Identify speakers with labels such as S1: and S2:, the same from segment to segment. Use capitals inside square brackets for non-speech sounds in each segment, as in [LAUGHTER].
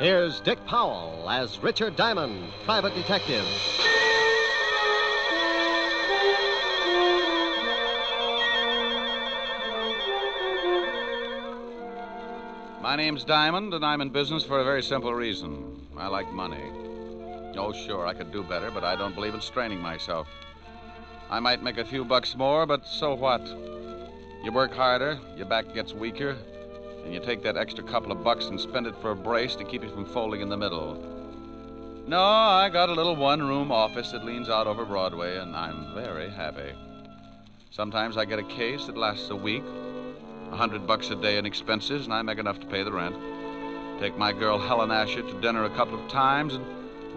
S1: Here's Dick Powell as Richard Diamond, private detective.
S2: My name's Diamond, and I'm in business for a very simple reason. I like money. Oh, sure, I could do better, but I don't believe in straining myself. I might make a few bucks more, but so what? You work harder, your back gets weaker, and you take that extra couple of bucks and spend it for a brace to keep you from folding in the middle. No, I got a little one room office that leans out over Broadway, and I'm very happy. Sometimes I get a case that lasts a week, a hundred bucks a day in expenses, and I make enough to pay the rent. Take my girl Helen Asher to dinner a couple of times and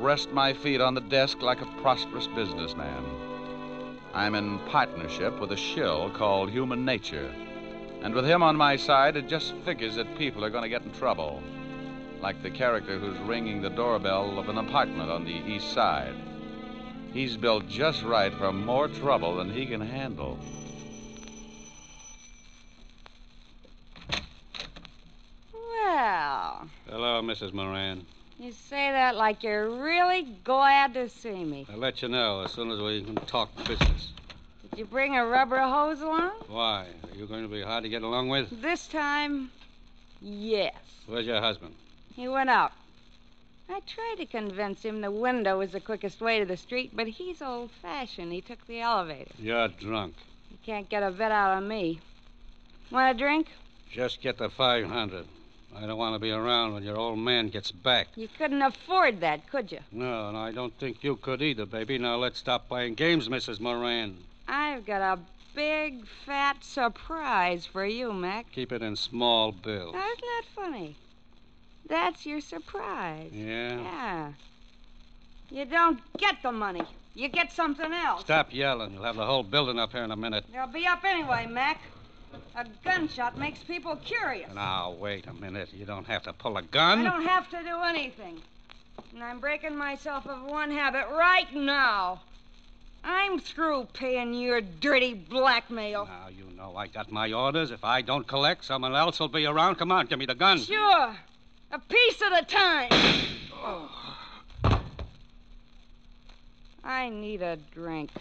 S2: rest my feet on the desk like a prosperous businessman. I'm in partnership with a shill called Human Nature. And with him on my side, it just figures that people are going to get in trouble. Like the character who's ringing the doorbell of an apartment on the east side. He's built just right for more trouble than he can handle.
S3: Well,
S4: Hello, Mrs. Moran.
S3: you say that like you're really glad to see me.
S4: I'll let you know as soon as we can talk business.
S3: Did you bring a rubber hose along?
S4: Why? Are you going to be hard to get along with?
S3: This time, yes.
S4: Where's your husband?
S3: He went out. I tried to convince him the window was the quickest way to the street, but he's old fashioned. He took the elevator.
S4: You're drunk.
S3: He can't get a bit out of me. Want a drink?
S4: Just get the 500. I don't want to be around when your old man gets back.
S3: You couldn't afford that, could you?
S4: No, and I don't think you could either, baby. Now let's stop playing games, Mrs. Moran.
S3: I've got a big, fat surprise for you, Mac.
S4: Keep it in small bills.
S3: Now, isn't that funny? That's your surprise.
S4: Yeah?
S3: Yeah. You don't get the money. You get something else.
S4: Stop yelling. You'll have the whole building up here in a minute.
S3: They'll be up anyway, Mac. A gunshot makes people curious.
S4: Now, wait a minute. You don't have to pull a
S3: I
S4: gun.
S3: don't have to do anything. And I'm breaking myself of one habit right now. I'm through paying your dirty blackmail.
S4: Now, you know I got my orders. If I don't collect, someone else will be around. Come on, give me the gun.
S3: Sure. A piece at a time. Oh. I need a drink.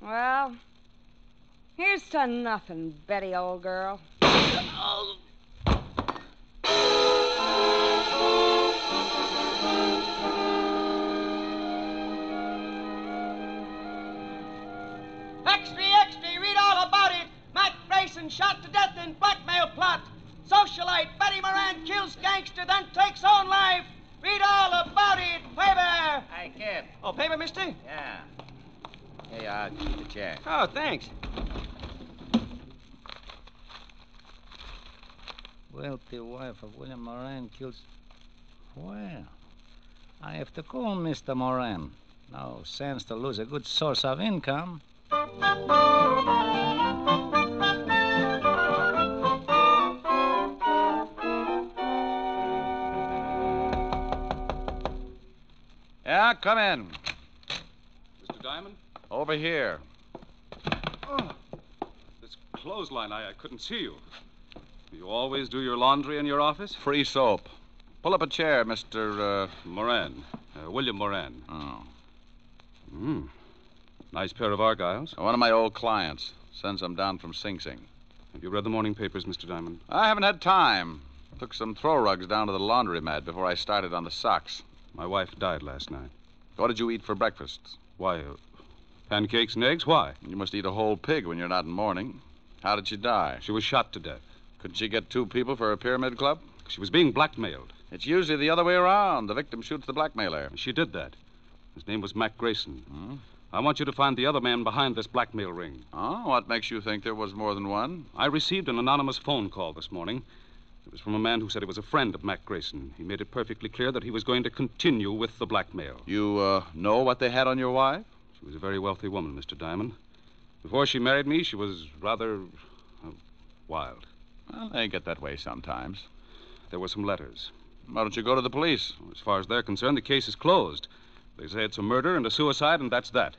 S3: Well, here's to nothing, Betty, old girl.
S5: Extra, extra, read all about it. Matt Grayson shot to death in blackmail plot. Socialite Betty Moran kills gangster, then takes own life. Read all about it, paper.
S2: Hey, Kip.
S5: Oh, paper, mister?
S2: Yeah. Hey, I'll keep the check.
S5: Oh, thanks.
S6: Wealthy wife of William Moran kills. Well, I have to call Mr. Moran. No sense to lose a good source of income.
S2: Yeah, come in.
S7: Mr. Diamond, Oh,
S2: Over here.
S7: this clothesline, I, I couldn't see you. Do you always do your laundry in your office?
S2: Free soap. Pull up a chair, Mr. Uh...
S7: Moran, uh, William Moran.
S2: Oh.
S7: Mm. Nice pair of Argyles.
S2: One of my old clients. Sends them down from Sing Sing.
S7: Have you read the morning papers, Mr. Diamond?
S2: I haven't had time. Took some throw rugs down to the laundromat before I started on the socks.
S7: My wife died last night.
S2: What did you eat for breakfast?
S7: Why? Uh, pancakes and eggs? Why?
S2: You must eat a whole pig when you're not in mourning. How did she die?
S7: She was shot to death.
S2: Could she get two people for a pyramid club?
S7: She was being blackmailed.
S2: It's usually the other way around. The victim shoots the blackmailer.
S7: She did that. His name was Mac Grayson.
S2: Hmm?
S7: I want you to find the other man behind this blackmail ring.
S2: Oh, what makes you think there was more than one?
S7: I received an anonymous phone call this morning. It was from a man who said he was a friend of Mac Grayson. He made it perfectly clear that he was going to continue with the blackmail.
S2: You uh, know what they had on your wife?
S7: She was a very wealthy woman, Mr. Diamond. Before she married me, she was rather uh, wild.
S2: Well, they get that way sometimes.
S7: There were some letters.
S2: Why don't you go to the police?
S7: As far as they're concerned, the case is closed. They say it's a murder and a suicide, and that's that.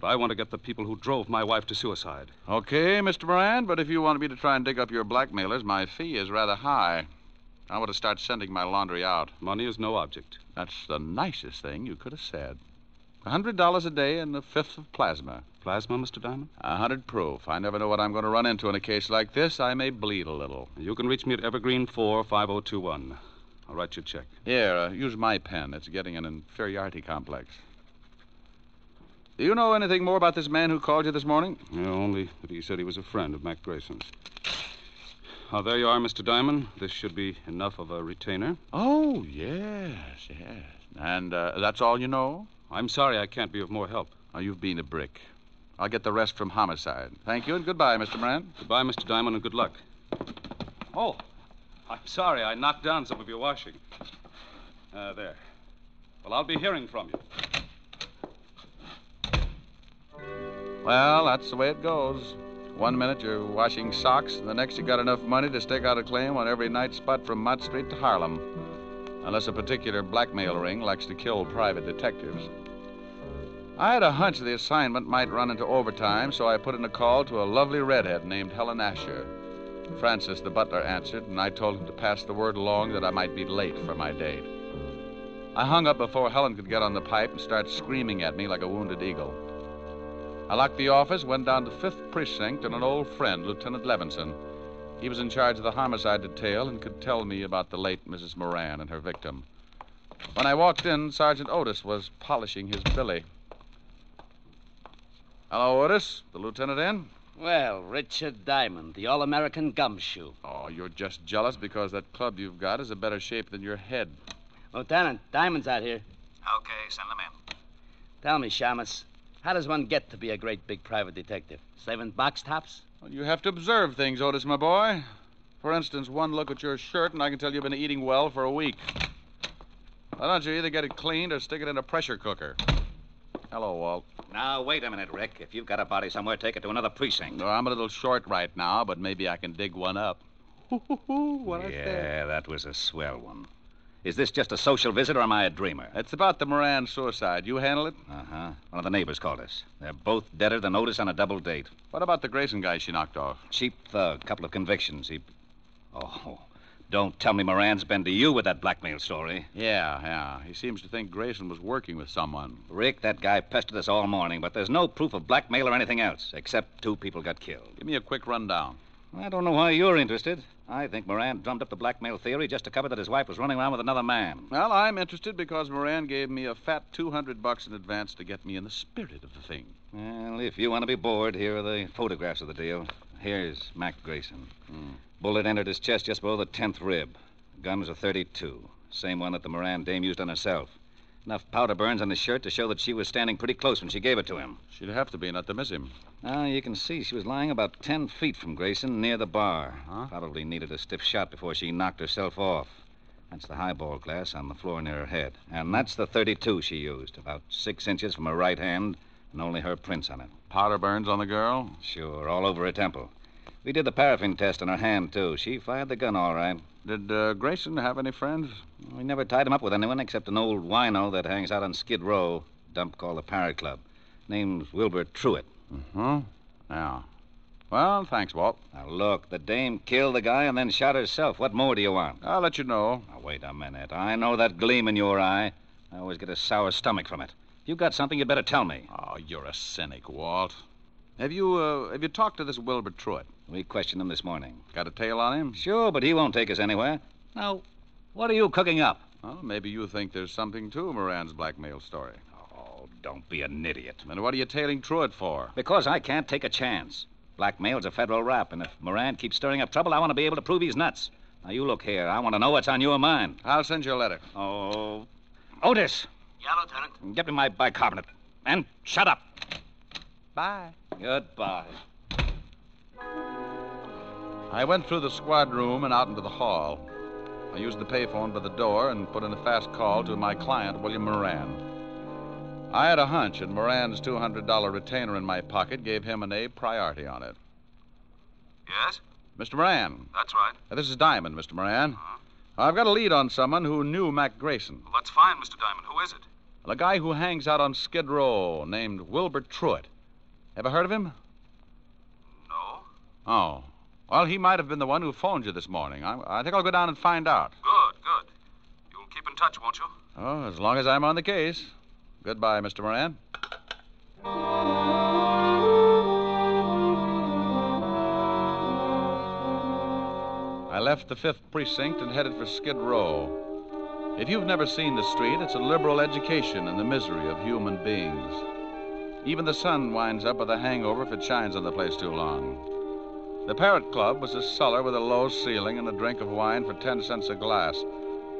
S7: But I want to get the people who drove my wife to suicide.
S2: Okay, Mr. Moran, but if you want me to try and dig up your blackmailers, my fee is rather high. I want to start sending my laundry out.
S7: Money is no object.
S2: That's the nicest thing you could have said. A hundred dollars a day and a fifth of plasma.
S7: Plasma, Mr. Diamond?
S2: A hundred proof. I never know what I'm going to run into in a case like this. I may bleed a little.
S7: You can reach me at Evergreen 4 5021. I'll write you a check.
S2: Here, uh, use my pen. It's getting an inferiority complex. Do you know anything more about this man who called you this morning?
S7: Yeah, only that he said he was a friend of Mac Grayson's. Oh, there you are, Mr. Diamond. This should be enough of a retainer.
S2: Oh, yes, yes. And uh, that's all you know?
S7: I'm sorry I can't be of more help.
S2: Oh, you've been a brick. I'll get the rest from homicide. Thank you and goodbye, Mr. Moran.
S7: Goodbye, Mr. Diamond, and good luck. Oh, I'm sorry I knocked down some of your washing. Uh, there. Well, I'll be hearing from you.
S2: Well, that's the way it goes. One minute you're washing socks, and the next you got enough money to stake out a claim on every night spot from Mott Street to Harlem. Unless a particular blackmail ring likes to kill private detectives. I had a hunch the assignment might run into overtime, so I put in a call to a lovely redhead named Helen Asher. Francis, the butler, answered, and I told him to pass the word along that I might be late for my date. I hung up before Helen could get on the pipe and start screaming at me like a wounded eagle. I locked the office, went down to Fifth Precinct, and an old friend, Lieutenant Levinson. He was in charge of the homicide detail and could tell me about the late Mrs. Moran and her victim. When I walked in, Sergeant Otis was polishing his billy. Hello, Otis. The lieutenant in?
S8: Well, Richard Diamond, the All American gumshoe.
S2: Oh, you're just jealous because that club you've got is a better shape than your head.
S8: Lieutenant, Diamond's out here.
S9: Okay, send them in.
S8: Tell me, Shamus, how does one get to be a great big private detective? Slaving box tops?
S2: Well, you have to observe things, Otis, my boy. For instance, one look at your shirt, and I can tell you've been eating well for a week. Why don't you either get it cleaned or stick it in a pressure cooker? Hello, Walt.
S9: Now, wait a minute, Rick. If you've got a body somewhere, take it to another precinct.
S2: No, I'm a little short right now, but maybe I can dig one up. what I said.
S9: yeah, that was a swell one. Is this just a social visit or am I a dreamer?
S2: It's about the Moran suicide. You handle it?
S9: Uh huh. One of the neighbors called us. They're both deader than Otis on a double date.
S2: What about the Grayson guy she knocked off?
S9: Cheap thug, couple of convictions. He. Oh, don't tell me Moran's been to you with that blackmail story.
S2: Yeah, yeah. He seems to think Grayson was working with someone.
S9: Rick, that guy pestered us all morning, but there's no proof of blackmail or anything else, except two people got killed.
S2: Give me a quick rundown.
S9: I don't know why you're interested. I think Moran drummed up the blackmail theory just to cover that his wife was running around with another man.
S2: Well, I'm interested because Moran gave me a fat 200 bucks in advance to get me in the spirit of the thing.
S9: Well, if you want to be bored, here are the photographs of the deal. Here's Mac Grayson.
S2: Hmm.
S9: Bullet entered his chest just below the 10th rib. Gun was a 32, same one that the Moran dame used on herself. Enough powder burns on his shirt to show that she was standing pretty close when she gave it to him.
S2: She'd have to be not to miss him.
S9: Now, you can see she was lying about 10 feet from Grayson near the bar. Probably needed a stiff shot before she knocked herself off. That's the highball glass on the floor near her head. And that's the 32 she used, about six inches from her right hand, and only her prints on it.
S2: Powder burns on the girl?
S9: Sure, all over her temple. We did the paraffin test on her hand, too. She fired the gun all right.
S2: Did uh, Grayson have any friends?
S9: We never tied him up with anyone except an old wino that hangs out on Skid Row, dump called the Parrot Club. Name's Wilbur Truitt.
S2: Huh? Yeah. Well, thanks, Walt.
S9: Now, look, the dame killed the guy and then shot herself. What more do you want?
S2: I'll let you know.
S9: Now, wait a minute. I know that gleam in your eye. I always get a sour stomach from it. If you've got something, you'd better tell me.
S2: Oh, you're a cynic, Walt. Have you uh, have you talked to this Wilbur Truitt?
S9: We questioned him this morning.
S2: Got a tail on him?
S9: Sure, but he won't take us anywhere. Now, what are you cooking up?
S2: Well, maybe you think there's something to Moran's blackmail story.
S9: Oh, don't be an idiot.
S2: Then what are you tailing Truitt for?
S9: Because I can't take a chance. Blackmail's a federal rap, and if Moran keeps stirring up trouble, I want to be able to prove he's nuts. Now, you look here. I want to know what's on your mind.
S2: I'll send you a letter.
S9: Oh. Otis, Yeah, Lieutenant. get me my bicarbonate. And shut up.
S2: Bye.
S9: Goodbye.
S2: I went through the squad room and out into the hall. I used the payphone by the door and put in a fast call to my client, William Moran. I had a hunch, and Moran's $200 retainer in my pocket gave him an A priority on it.
S10: Yes?
S2: Mr. Moran,
S10: That's right.
S2: uh, this is Diamond, Mr. Moran. I've got a lead on someone who knew Mac Grayson.
S10: Well, that's fine, Mr. Diamond. Who is it?
S2: The guy who hangs out on Skid Row named Wilbur Truitt. Ever heard of him?
S10: No.
S2: Oh. Well, he might have been the one who phoned you this morning. I, I think I'll go down and find out.
S10: Good, good. You'll keep in touch, won't you?
S2: Oh, as long as I'm on the case. Goodbye, Mr. Moran. I left the 5th Precinct and headed for Skid Row. If you've never seen the street, it's a liberal education in the misery of human beings. Even the sun winds up with a hangover if it shines on the place too long. The Parrot Club was a cellar with a low ceiling and a drink of wine for 10 cents a glass.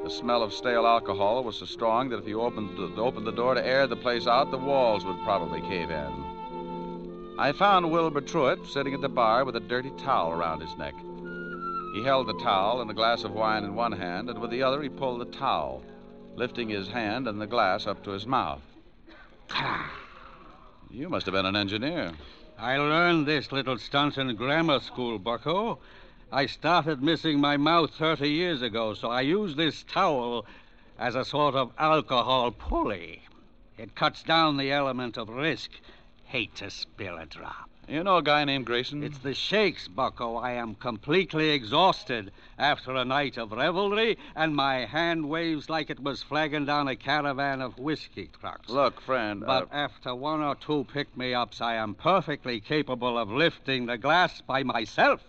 S2: The smell of stale alcohol was so strong that if you opened the, opened the door to air the place out, the walls would probably cave in. I found Wilbur Truitt sitting at the bar with a dirty towel around his neck. He held the towel and a glass of wine in one hand, and with the other he pulled the towel, lifting his hand and the glass up to his mouth. [SIGHS] You must have been an engineer.
S4: I learned this little stunt in grammar school, Bucko. I started missing my mouth 30 years ago, so I use this towel as a sort of alcohol pulley. It cuts down the element of risk. Hate to spill a drop.
S2: You know a guy named Grayson?
S4: It's the shakes, Bucko. I am completely exhausted after a night of revelry, and my hand waves like it was flagging down a caravan of whiskey trucks.
S2: Look, friend.
S4: But
S2: uh,
S4: after one or two pick me ups, I am perfectly capable of lifting the glass by myself.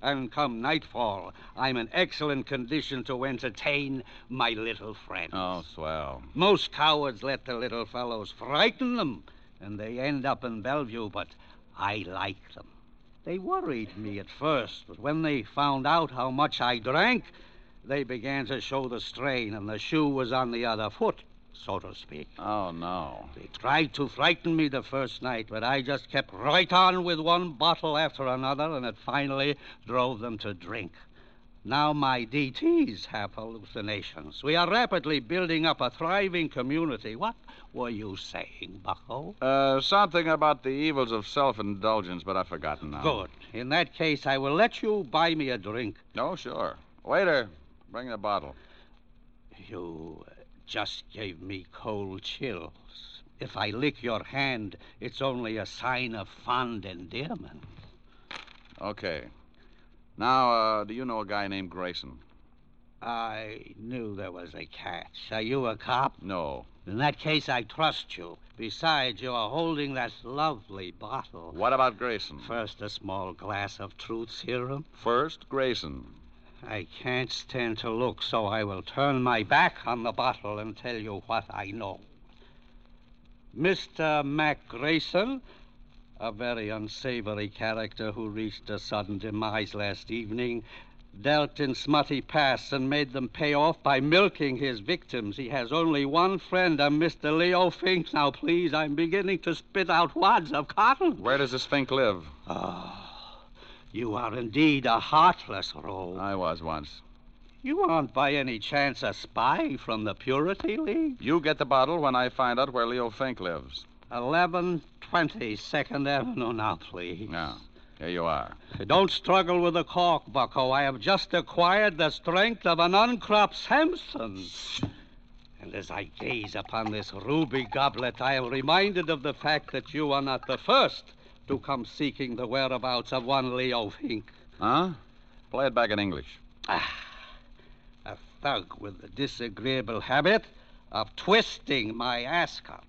S4: And come nightfall, I'm in excellent condition to entertain my little friend.
S2: oh, swell.
S4: Most cowards let the little fellows frighten them, and they end up in Bellevue, but I like them. They worried me at first, but when they found out how much I drank, they began to show the strain, and the shoe was on the other foot, so to speak.
S2: Oh, no.
S4: They tried to frighten me the first night, but I just kept right on with one bottle after another, and it finally drove them to drink. Now my DTs have hallucinations. We are rapidly building up a thriving community. What were you saying, Bucko?
S2: Uh, something about the evils of self indulgence, but I've forgotten now.
S4: Good. In that case, I will let you buy me a drink.
S2: No, Oh, sure. Waiter, bring the bottle.
S4: You uh, just gave me cold chills. If I lick your hand, it's only a sign of fond endearment.
S2: Okay. Now, uh, do you know a guy named Grayson?
S4: I knew there was a catch. Are you a cop?
S2: No.
S4: In that case, I trust you. Besides, you are holding that lovely bottle.
S2: What about Grayson?
S4: First, a small glass of truth serum.
S2: First, Grayson.
S4: I can't stand to look, so I will turn my back on the bottle and tell you what I know. Mr. Mac Grayson, a very unsavory character who reached a sudden demise last evening, dealt in smutty pasts and made them pay off by milking his victims. He has only one friend, a Mr. Leo Fink. Now, please, I'm beginning to spit out wads of cotton.
S2: Where does this Fink live?
S4: Oh, you are indeed a heartless rogue.
S2: I was once.
S4: You aren't by any chance a spy from the Purity League?
S2: You get the bottle when I find out where Leo Fink lives.
S4: 1120 Second Avenue now, please.
S2: Now, here you are.
S4: Don't struggle with the cork, Bucko. I have just acquired the strength of an uncropped Samson. And as I gaze upon this ruby goblet, I am reminded of the fact that you are not the first to come seeking the whereabouts of one Leo Fink.
S2: Huh? Play it back in English.
S4: Ah, A thug with the disagreeable habit of twisting my ascot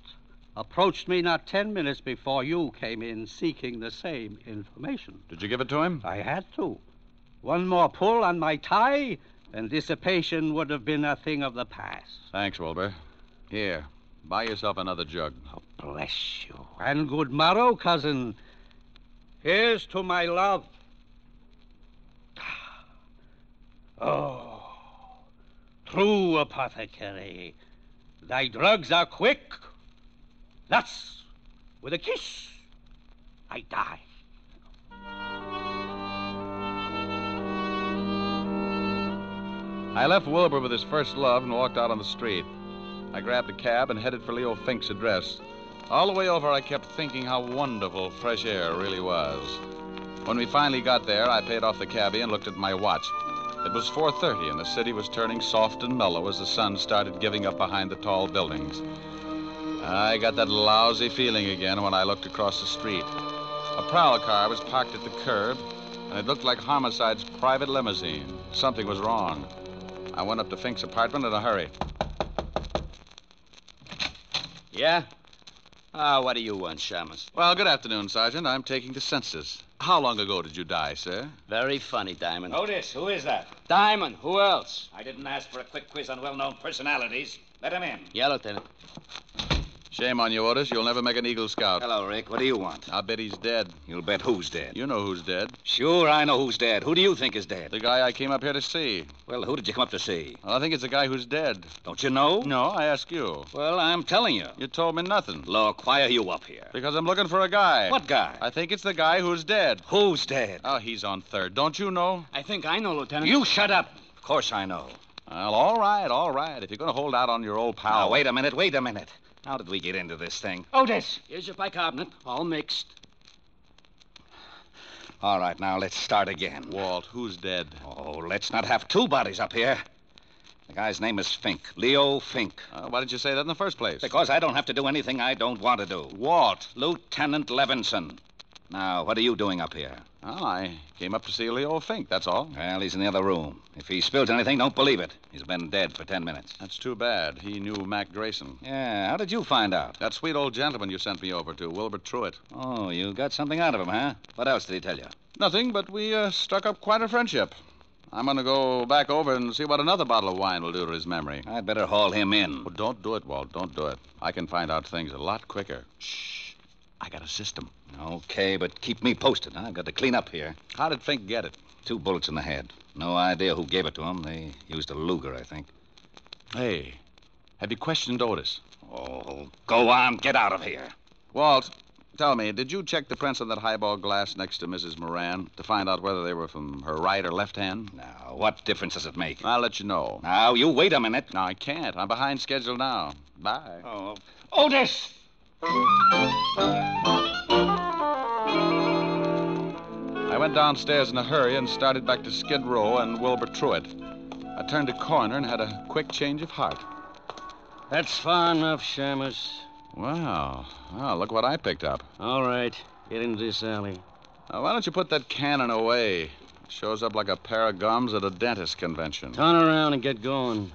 S4: approached me not ten minutes before you came in seeking the same information.
S2: Did you give it to him?
S4: I had to. One more pull on my tie, and dissipation would have been a thing of the past.
S2: Thanks, Wilbur. Here, buy yourself another jug.
S4: Oh, bless you. And good morrow, cousin. Here's to my love. Oh, true apothecary. Thy drugs are quick. Thus, with a kiss, I die.
S2: I left Wilbur with his first love and walked out on the street. I grabbed a cab and headed for Leo Fink's address. All the way over, I kept thinking how wonderful fresh air really was. When we finally got there, I paid off the cabbie and looked at my watch. It was 4:30 and the city was turning soft and mellow as the sun started giving up behind the tall buildings. I got that lousy feeling again when I looked across the street. A prowl car was parked at the curb, and it looked like Homicide's private limousine. Something was wrong. I went up to Fink's apartment in a hurry.
S8: Yeah? Ah, what do you want, Shamus?
S2: Well, good afternoon, Sergeant. I'm taking the census. How long ago did you die, sir?
S8: Very funny, Diamond.
S11: Otis, who is that?
S8: Diamond, who else?
S11: I didn't ask for a quick quiz on well known personalities. Let him in.
S8: Yeah, Lieutenant.
S2: Shame on you, Otis. You'll never make an Eagle Scout.
S9: Hello, Rick. What do you want?
S2: I'll bet he's dead.
S9: You'll bet who's dead?
S2: You know who's dead.
S9: Sure, I know who's dead. Who do you think is dead?
S2: The guy I came up here to see.
S9: Well, who did you come up to see?
S2: Well, I think it's the guy who's dead.
S9: Don't you know?
S2: No, I ask you.
S9: Well, I'm telling you.
S2: You told me nothing.
S9: Look, why are you up here?
S2: Because I'm looking for a guy.
S9: What guy?
S2: I think it's the guy who's dead.
S9: Who's dead?
S2: Oh, he's on third. Don't you know?
S8: I think I know, Lieutenant.
S9: You shut up. Of course I know.
S2: Well, all right, all right. If you're going to hold out on your old pal.
S9: Now, wait a minute, wait a minute. How did we get into this thing?
S12: Oh,
S8: Otis! Here's your bicarbonate, all mixed.
S9: All right, now let's start again.
S2: Walt, who's dead?
S9: Oh, let's not have two bodies up here. The guy's name is Fink, Leo Fink.
S2: Uh, why didn't you say that in the first place?
S9: Because I don't have to do anything I don't want to do.
S2: Walt.
S9: Lieutenant Levinson. Now, what are you doing up here?
S2: Well, Oh, I came up to see Leo Fink, that's all.
S9: Well, he's in the other room. If he spills anything, don't believe it. He's been dead for ten minutes.
S2: That's too bad. He knew Mac Grayson.
S9: Yeah, how did you find out?
S2: That sweet old gentleman you sent me over to, Wilbur Truitt.
S9: Oh, you got something out of him, huh? What else did he tell you?
S2: Nothing, but we uh, struck up quite a friendship. I'm going to go back over and see what another bottle of wine will do to his memory.
S9: I'd better haul him in.
S2: Oh, don't do it, Walt. Don't do it. I can find out things a lot quicker. Shh. I got a system.
S9: Okay, but keep me posted. I've got to clean up here.
S2: How did Fink get it?
S9: Two bullets in the head. No idea who gave it to him. They used a Luger, I think.
S2: Hey, have you questioned Otis?
S9: Oh, go on. Get out of here.
S2: Walt, tell me, did you check the prints on that highball glass next to Mrs. Moran to find out whether they were from her right or left hand?
S9: Now, what difference does it make?
S2: I'll let you know.
S9: Now, you wait a minute.
S2: No, I can't. I'm behind schedule now. Bye.
S9: Oh,
S11: Otis!
S2: I went downstairs in a hurry and started back to Skid Row and Wilbur Truitt. I turned a corner and had a quick change of heart.
S4: That's far enough, Shamus.
S2: Wow. Wow, look what I picked up.
S4: All right, get into this alley.
S2: Now, why don't you put that cannon away? It shows up like a pair of gums at a dentist convention.
S4: Turn around and get going.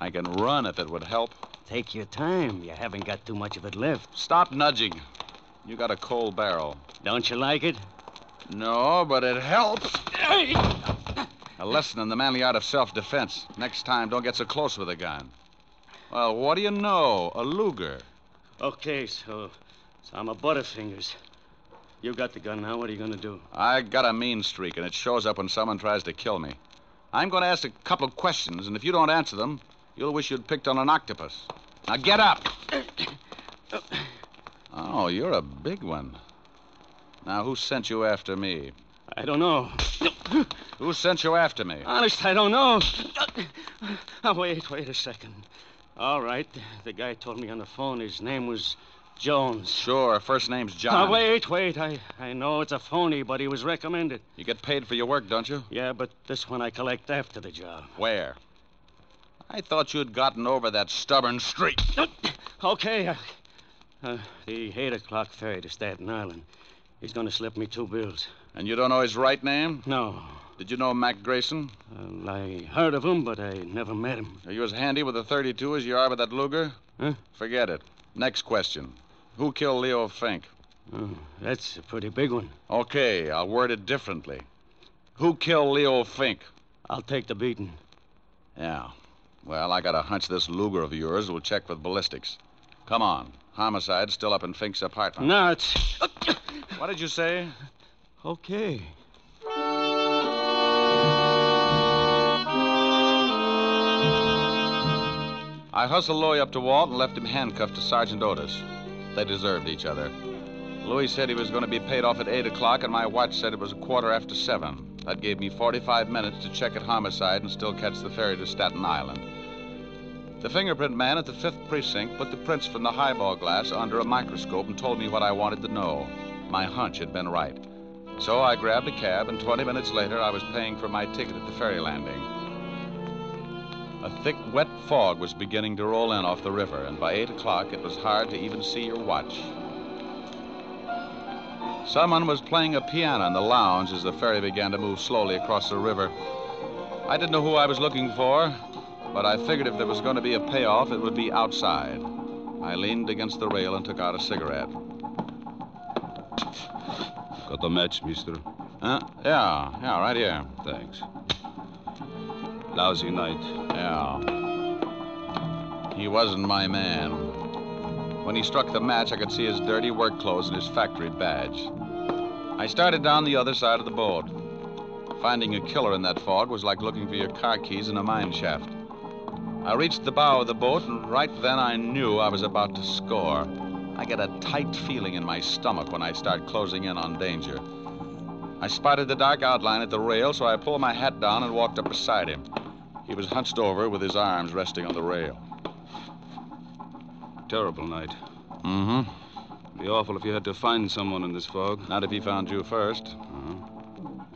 S2: I can run if it would help.
S4: Take your time. You haven't got too much of it left.
S2: Stop nudging. You got a cold barrel.
S4: Don't you like it?
S2: No, but it helps. A lesson in the manly art of self defense. Next time, don't get so close with a gun. Well, what do you know? A Luger.
S4: Okay, so, so I'm a Butterfingers. You got the gun now. What are you going to do?
S2: I got a mean streak, and it shows up when someone tries to kill me. I'm going to ask a couple of questions, and if you don't answer them, you'll wish you'd picked on an octopus. Now get
S4: [COUGHS]
S2: up. Oh, you're a big one. Now, who sent you after me?
S4: I don't know.
S2: Who sent you after me?
S4: Honest, I don't know.
S12: Uh,
S4: Oh, wait, wait a second. All right, the guy told me on the phone his name was Jones.
S2: Sure, first name's John.
S12: Uh,
S4: Oh, wait, wait. I, I know it's a phony, but he was recommended.
S2: You get paid for your work, don't you?
S4: Yeah, but this one I collect after the job.
S2: Where? I thought you'd gotten over that stubborn streak.
S4: [CLEARS THROAT] Okay. Uh, uh, the 8 o'clock ferry to Staten Island. He's going to slip me two bills.
S2: And you don't know his right name?
S4: No.
S2: Did you know Mac Grayson?
S4: Well, I heard of him, but I never met him.
S2: Are you as handy with a 32 as you are with that Luger?
S4: Huh?
S2: Forget it. Next question. Who killed Leo Fink?
S4: Oh, that's a pretty big one.
S2: Okay, I'll word it differently. Who killed Leo Fink?
S4: I'll take the beating.
S2: Yeah. Well, I got a hunch this Luger of yours will check with ballistics. Come on. Homicide's still up in Fink's apartment.
S4: No, it's.
S2: What did you say?
S4: Okay.
S2: I hustled Louis up to Walt and left him handcuffed to Sergeant Otis. They deserved each other. Louis said he was going to be paid off at 8 o'clock, and my watch said it was a quarter after 7. That gave me 45 minutes to check at homicide and still catch the ferry to Staten Island. The fingerprint man at the 5th Precinct put the prints from the highball glass under a microscope and told me what I wanted to know. My hunch had been right. So I grabbed a cab, and 20 minutes later, I was paying for my ticket at the ferry landing. A thick, wet fog was beginning to roll in off the river, and by 8 o'clock, it was hard to even see your watch. Someone was playing a piano in the lounge as the ferry began to move slowly across the river. I didn't know who I was looking for, but I figured if there was going to be a payoff, it would be outside. I leaned against the rail and took out a cigarette.
S13: Got the match, mister?
S2: Huh? Yeah, yeah, right here.
S13: Thanks. Lousy night.
S2: Yeah. He wasn't my man. When he struck the match, I could see his dirty work clothes and his factory badge. I started down the other side of the boat. Finding a killer in that fog was like looking for your car keys in a mine shaft. I reached the bow of the boat, and right then I knew I was about to score. I get a tight feeling in my stomach when I start closing in on danger. I spotted the dark outline at the rail, so I pulled my hat down and walked up beside him. He was hunched over with his arms resting on the rail.
S13: Terrible night.
S2: Mm hmm.
S13: Be awful if you had to find someone in this fog. Uh-huh.
S2: Not if he found you first.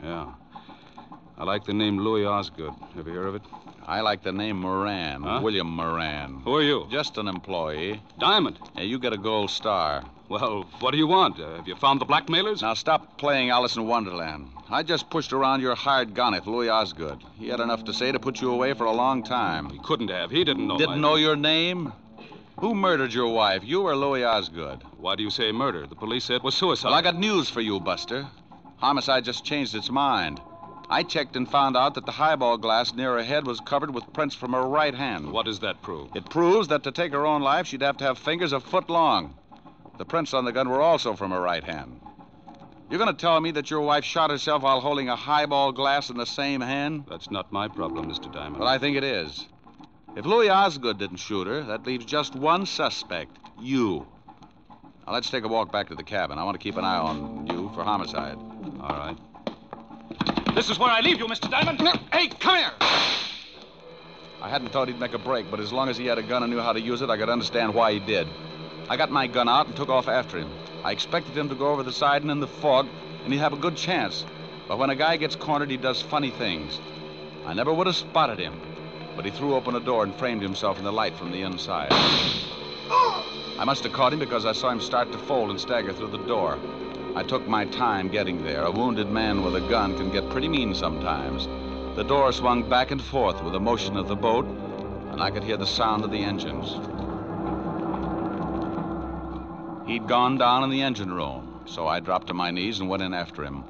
S13: Yeah. I like the name Louis Osgood. Have you heard of it?
S2: I like the name Moran,
S13: Huh?
S2: William Moran.
S13: Who are you?
S2: Just an employee.
S13: Diamond.
S2: Yeah, you get a gold star.
S13: Well, what do you want? Uh, have you found the blackmailers?
S2: Now stop playing Alice in Wonderland. I just pushed around your hired gun if Louis Osgood. He had enough to say to put you away for a long time.
S13: He couldn't have. He didn't know.
S2: Didn't
S13: my-
S2: know your name? Who murdered your wife, you or Louis Osgood?
S13: Why do you say murder? The police say it was suicide.
S2: Well, I got news for you, Buster. Homicide just changed its mind. I checked and found out that the highball glass near her head was covered with prints from her right hand.
S13: What does that prove?
S2: It proves that to take her own life, she'd have to have fingers a foot long. The prints on the gun were also from her right hand. You're going to tell me that your wife shot herself while holding a highball glass in the same hand?
S13: That's not my problem, Mr. Diamond.
S2: Well, I think it is. If Louis Osgood didn't shoot her, that leaves just one suspect you. Now, let's take a walk back to the cabin. I want to keep an eye on you for homicide.
S13: All right.
S7: This is where I leave you, Mr. Diamond. Hey, come here.
S2: I hadn't thought he'd make a break, but as long as he had a gun and knew how to use it, I could understand why he did. I got my gun out and took off after him. I expected him to go over the side and in the fog, and he'd have a good chance. But when a guy gets cornered, he does funny things. I never would have spotted him, but he threw open a door and framed himself in the light from the inside. I must have caught him because I saw him start to fold and stagger through the door. I took my time getting there. A wounded man with a gun can get pretty mean sometimes. The door swung back and forth with the motion of the boat, and I could hear the sound of the engines. He'd gone down in the engine room, so I dropped to my knees and went in after him.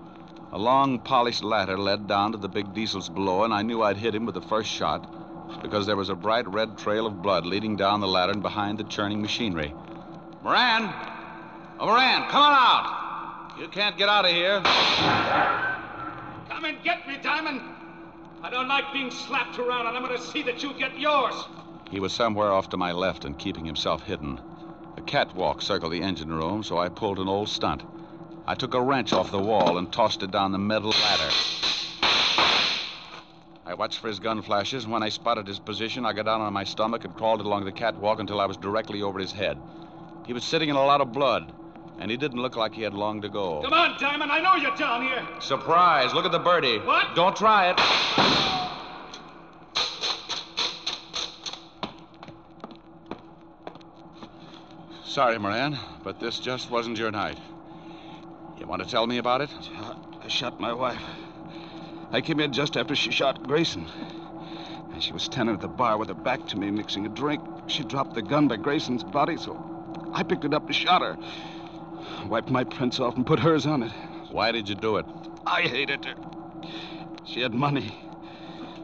S2: A long, polished ladder led down to the big diesels below, and I knew I'd hit him with the first shot because there was a bright red trail of blood leading down the ladder and behind the churning machinery. Moran! Oh, Moran, come on out! You can't get out of here.
S7: Come and get me, Diamond. I don't like being slapped around, and I'm going to see that you get yours.
S2: He was somewhere off to my left and keeping himself hidden. A catwalk circled the engine room, so I pulled an old stunt. I took a wrench off the wall and tossed it down the metal ladder. I watched for his gun flashes, and when I spotted his position, I got down on my stomach and crawled along the catwalk until I was directly over his head. He was sitting in a lot of blood, and he didn't look like he had long to go.
S7: Come on, Diamond. I know you're down here.
S2: Surprise! Look at the birdie.
S7: What?
S2: Don't try it. Sorry, Moran, but this just wasn't your night. You want to tell me about it?
S13: I shot my wife. I came in just after she shot Grayson. And She was standing at the bar with her back to me, mixing a drink. She dropped the gun by Grayson's body, so I picked it up and shot her. Wiped my prints off and put hers on it.
S2: Why did you do it?
S13: I hated her. She had money.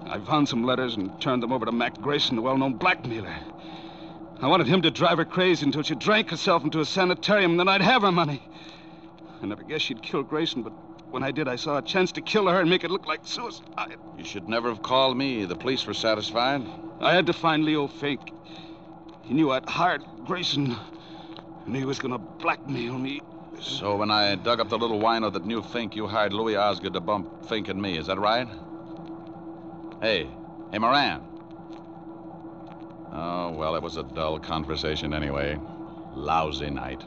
S13: I found some letters and turned them over to Mac Grayson, the well known blackmailer. I wanted him to drive her crazy until she drank herself into a sanitarium, and then I'd have her money. I never guessed she'd kill Grayson, but when I did, I saw a chance to kill her and make it look like suicide.
S2: You should never have called me. The police were satisfied.
S13: I had to find Leo Fink. He knew I'd hired Grayson, and he was going to blackmail me.
S2: So when I dug up the little wino that knew Fink, you hired Louis Osgood to bump Fink and me. Is that right? Hey, hey, Moran. Oh, well, it was a dull conversation anyway. Lousy night.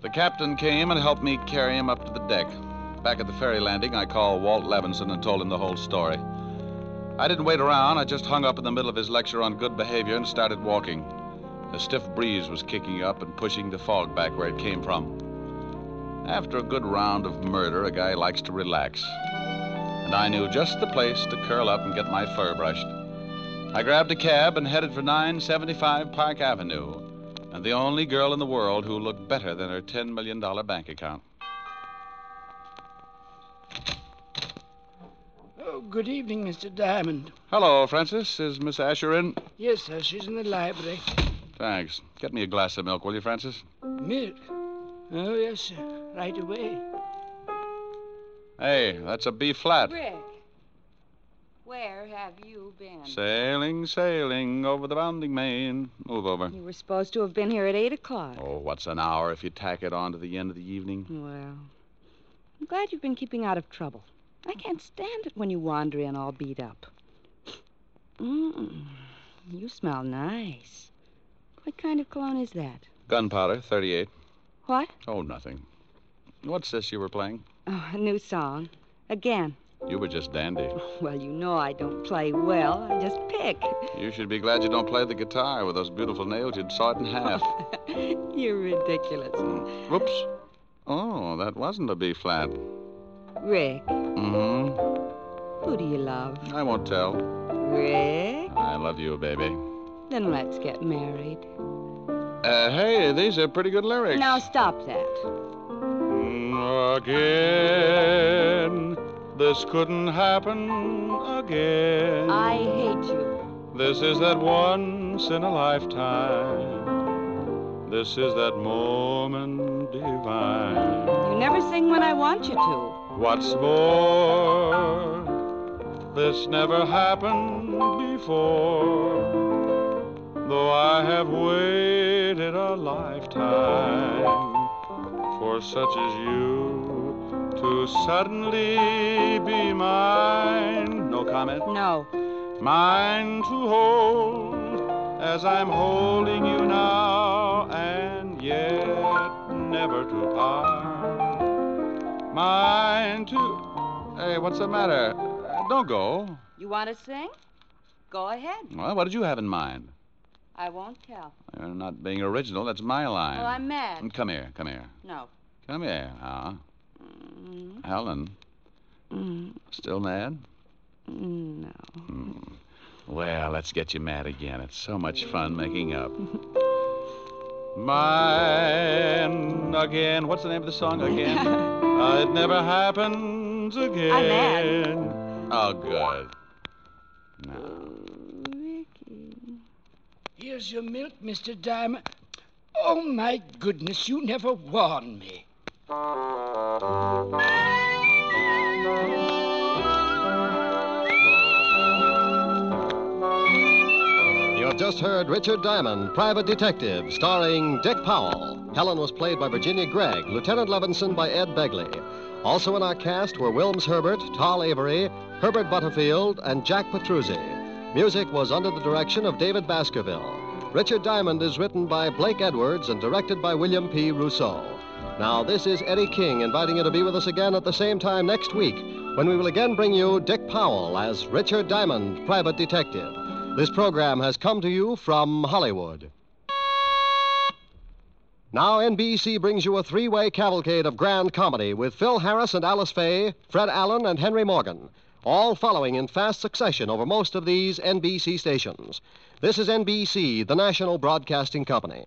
S2: The captain came and helped me carry him up to the deck. Back at the ferry landing, I called Walt Levinson and told him the whole story. I didn't wait around. I just hung up in the middle of his lecture on good behavior and started walking. A stiff breeze was kicking up and pushing the fog back where it came from. After a good round of murder, a guy likes to relax. And I knew just the place to curl up and get my fur brushed. I grabbed a cab and headed for 975 Park Avenue, and the only girl in the world who looked better than her $10 million bank account.
S12: Oh, good evening, Mr. Diamond.
S2: Hello, Francis. Is Miss Asher in?
S12: Yes, sir, she's in the library.
S2: Thanks. Get me a glass of milk, will you, Francis?
S12: Milk? Oh, yes, sir. Right away.
S2: Hey, that's a B flat.
S3: Rick, where have you been?
S2: Sailing, sailing over the bounding main. Move over.
S3: You were supposed to have been here at 8 o'clock.
S2: Oh, what's an hour if you tack it on to the end of the evening?
S3: Well, I'm glad you've been keeping out of trouble. I can't stand it when you wander in all beat up. Mm, you smell nice. What kind of cologne is that?
S2: Gunpowder, 38.
S3: What?
S2: Oh, nothing. What's this you were playing?
S3: Oh, a new song. Again.
S2: You were just dandy.
S3: Well, you know I don't play well. I just pick. [LAUGHS]
S2: You should be glad you don't play the guitar. With those beautiful nails, you'd saw it in half.
S3: You're ridiculous.
S2: Whoops. Oh, that wasn't a B flat.
S3: Rick,
S2: Mm-hmm.
S3: who do you love?
S2: I won't tell.
S3: Rick?
S2: I love you, baby.
S3: Then let's get married.
S2: Uh, hey, these are pretty good lyrics.
S3: Now stop that.
S14: Again, this couldn't happen again.
S3: I hate you.
S14: This is that once in a lifetime. This is that moment divine.
S3: You never sing when I want you to.
S14: What's more, this never happened before. Though I have waited a lifetime for such as you to suddenly be mine. No comment?
S3: No.
S14: Mine to hold as I'm holding you now and yet never to part.
S2: Mine too. Hey, what's the matter? Uh, don't go.
S3: You want to sing? Go ahead.
S2: Well, what did you have in mind?
S3: I won't tell.
S2: You're not being original. That's my line. Mm,
S3: Well, I'm mad.
S2: Come here, come here.
S3: No.
S2: Come here, huh? Helen. Still mad? Hmm.
S3: No.
S2: Well, let's get you mad again. It's so much fun making up.
S14: Mine again. What's the name of the song again? uh, it never happens again.
S2: Oh, good.
S12: Here's your milk, Mr. Diamond. Oh, my goodness, you never warned me.
S1: You have just heard Richard Diamond, Private Detective, starring Dick Powell. Helen was played by Virginia Gregg, Lieutenant Levinson by Ed Begley. Also in our cast were Wilms Herbert, Tal Avery, Herbert Butterfield, and Jack Petruzzi. Music was under the direction of David Baskerville. Richard Diamond is written by Blake Edwards and directed by William P. Rousseau. Now, this is Eddie King inviting you to be with us again at the same time next week when we will again bring you Dick Powell as Richard Diamond, Private Detective. This program has come to you from Hollywood. Now, NBC brings you a three way cavalcade of grand comedy with Phil Harris and Alice Faye, Fred Allen and Henry Morgan, all following in fast succession over most of these NBC stations. This is NBC, the national broadcasting company.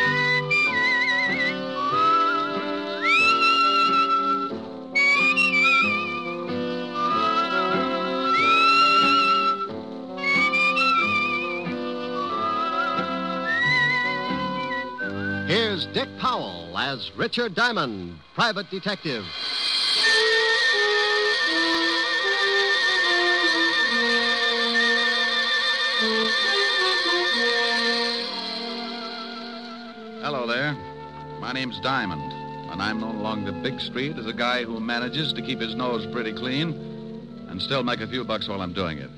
S15: Here's Dick Powell as Richard Diamond, private detective.
S2: Hello there. My name's Diamond, and I'm known along the big street as a guy who manages to keep his nose pretty clean and still make a few bucks while I'm doing it.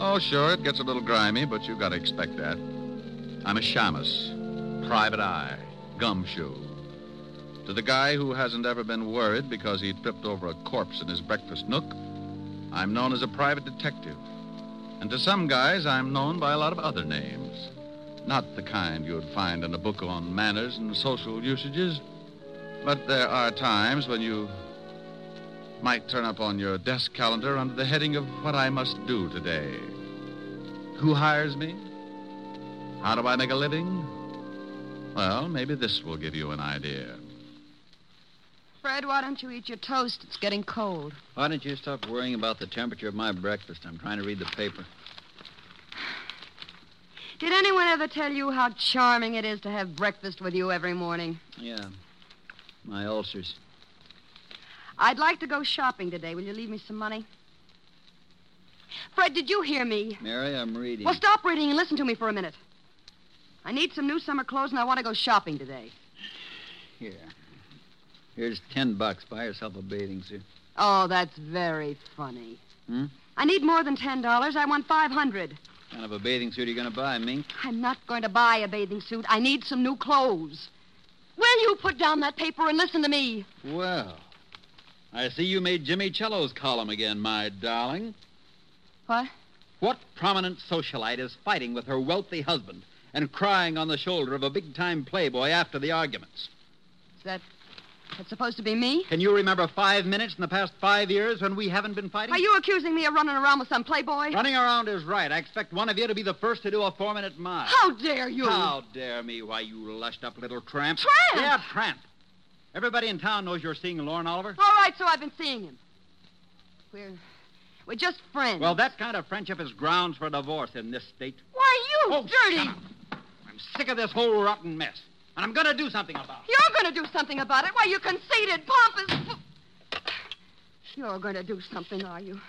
S2: Oh, sure, it gets a little grimy, but you gotta expect that. I'm a shamus, private eye, gumshoe. To the guy who hasn't ever been worried because he tripped over a corpse in his breakfast nook, I'm known as a private detective. And to some guys, I'm known by a lot of other names. Not the kind you'd find in a book on manners and social usages, but there are times when you might turn up on your desk calendar under the heading of What I Must Do Today. Who hires me? How do I make a living? Well, maybe this will give you an idea.
S16: Fred, why don't you eat your toast? It's getting cold.
S17: Why don't you stop worrying about the temperature of my breakfast? I'm trying to read the paper.
S16: Did anyone ever tell you how charming it is to have breakfast with you every morning?
S17: Yeah, my ulcers.
S16: I'd like to go shopping today. Will you leave me some money? Fred, did you hear me?
S17: Mary, I'm reading.
S16: Well, stop reading and listen to me for a minute. I need some new summer clothes, and I want to go shopping today.
S17: Here. Here's ten bucks. Buy yourself a bathing suit.
S16: Oh, that's very funny.
S17: Hmm?
S16: I need more than ten dollars. I want five hundred.
S17: kind of a bathing suit are you going to buy, Mink?
S16: I'm not going to buy a bathing suit. I need some new clothes. Will you put down that paper and listen to me?
S17: Well, I see you made Jimmy Cello's column again, my darling.
S16: What?
S17: What prominent socialite is fighting with her wealthy husband and crying on the shoulder of a big time playboy after the arguments?
S16: Is that that's supposed to be me?
S17: Can you remember five minutes in the past five years when we haven't been fighting?
S16: Are you accusing me of running around with some playboy?
S17: Running around is right. I expect one of you to be the first to do a four minute mile.
S16: How dare you?
S17: How dare me? Why, you lushed up little tramp.
S16: Tramp?
S17: Yeah, tramp. Everybody in town knows you're seeing Lauren Oliver.
S16: All right, so I've been seeing him. We're we're just friends.
S17: Well, that kind of friendship is grounds for divorce in this state.
S16: Why
S17: Oh.
S16: you Oh, dirty?
S17: I'm sick of this whole rotten mess, and I'm going to do something about it.
S16: You're going to do something about it. Why you conceited, pompous. You're going to do something, are you?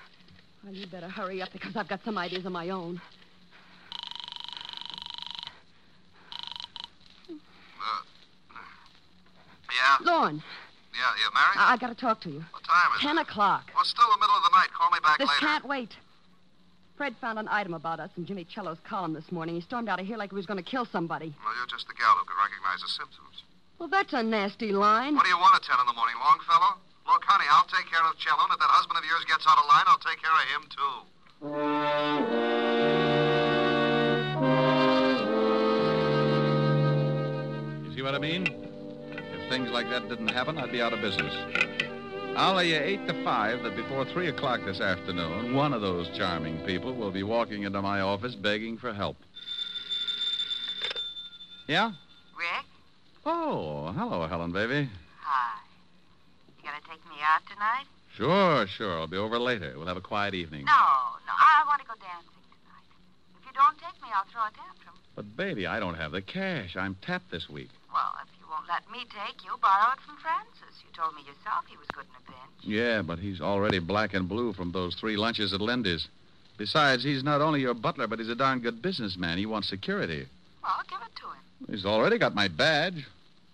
S16: Well, you better hurry up because I've got some ideas of my own.
S18: Uh, Yeah?
S16: Lauren,
S18: Yeah, yeah, Mary?
S16: I, I got to talk to you.
S18: What time is
S16: Ten
S18: it?
S16: o'clock.
S18: Well, it's still the middle of the night. Call me back
S16: This
S18: later.
S16: can't wait. Fred found an item about us in Jimmy Cello's column this morning. He stormed out of here like he was going to kill somebody.
S18: Well, you're just the gal who can recognize the symptoms.
S16: Well, that's a nasty line.
S18: What do you want at 10 in the morning, Longfellow? Look, honey, I'll take care of Cello, and if that husband of yours gets out of line, I'll take care of him, too.
S2: You see what I mean? If things like that didn't happen, I'd be out of business. I'll lay you eight to five that before three o'clock this afternoon, one of those charming people will be walking into my office begging for help. Yeah?
S19: Rick?
S2: Oh, hello, Helen, baby.
S15: Hi. You gonna take me out tonight?
S2: Sure, sure. I'll be over later. We'll have a quiet evening.
S15: No, no. I want to go dancing tonight. If you don't take me, I'll throw a tantrum.
S2: But, baby, I don't have the cash. I'm tapped this week.
S15: Well, if you won't let me take you, borrow it from Francis. You told me yourself he was good in a pinch.
S2: Yeah, but he's already black and blue from those three lunches at Lindy's. Besides, he's not only your butler, but he's a darn good businessman. He wants security.
S15: Well, give it to him.
S2: He's already got my badge,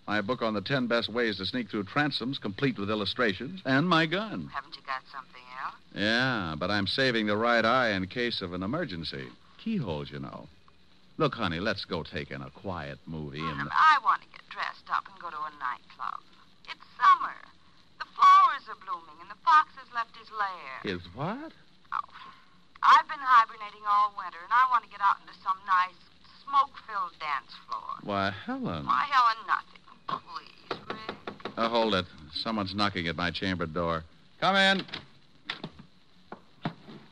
S2: my book on the ten best ways to sneak through transoms, complete with illustrations, and my gun.
S15: Haven't you got something else?
S2: Yeah, but I'm saving the right eye in case of an emergency. Keyholes, you know. Look, honey, let's go take in a quiet movie and.
S15: I want to get dressed up and go to a nightclub. It's summer. The flowers are blooming and the fox has left his lair.
S2: Is what?
S15: I've been hibernating all winter and I want to get out into some nice smoke filled dance floor.
S2: Why, Helen.
S15: Why, Helen, nothing.
S2: Uh, hold it. Someone's knocking at my chamber door. Come in.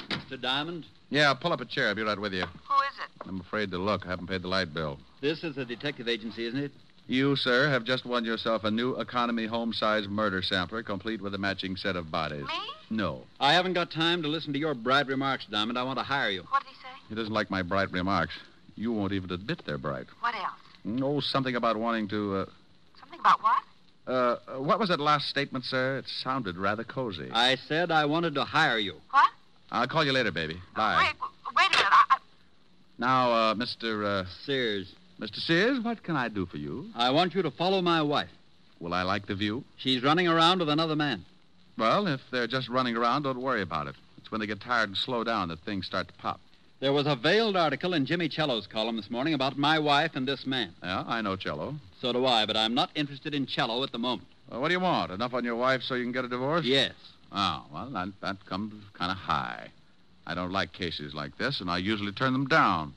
S17: Mr. Diamond,
S2: Yeah, pull up a chair. I'll be right with you.
S15: Who is it?
S2: I'm afraid to look. I haven't paid the light bill.
S17: this is a detective agency, isn't it?
S2: You, sir, have just won yourself a new economy home size murder sampler, complete with a matching set of bodies. Me? No.
S17: I haven't got time to listen to your bright remarks, Diamond. I want to hire you.
S15: What did he say?
S2: He doesn't like my bright remarks. You won't even admit they're bright.
S15: What else?
S2: Oh, something about wanting to.
S15: Something about what?
S2: Uh, uh, what was that last statement, sir? It sounded rather cozy.
S17: I said I wanted to hire you.
S15: What?
S2: I'll call you later, baby. Bye.
S15: Wait, wait a minute. I, I...
S2: Now, uh, Mr. Uh,
S17: Sears.
S2: Mr. Sears, what can I do for you?
S17: I want you to follow my wife.
S2: Will I like the view?
S17: She's running around with another man.
S2: Well, if they're just running around, don't worry about it. It's when they get tired and slow down that things start to pop.
S17: There was a veiled article in Jimmy Cello's column this morning about my wife and this man.
S2: Yeah, I know Cello.
S17: So do I, but I'm not interested in Cello at the moment.
S2: Well, what do you want? Enough on your wife so you can get a divorce?
S17: Yes.
S2: Oh, well, that, that comes kind of high. I don't like cases like this, and I usually turn them down.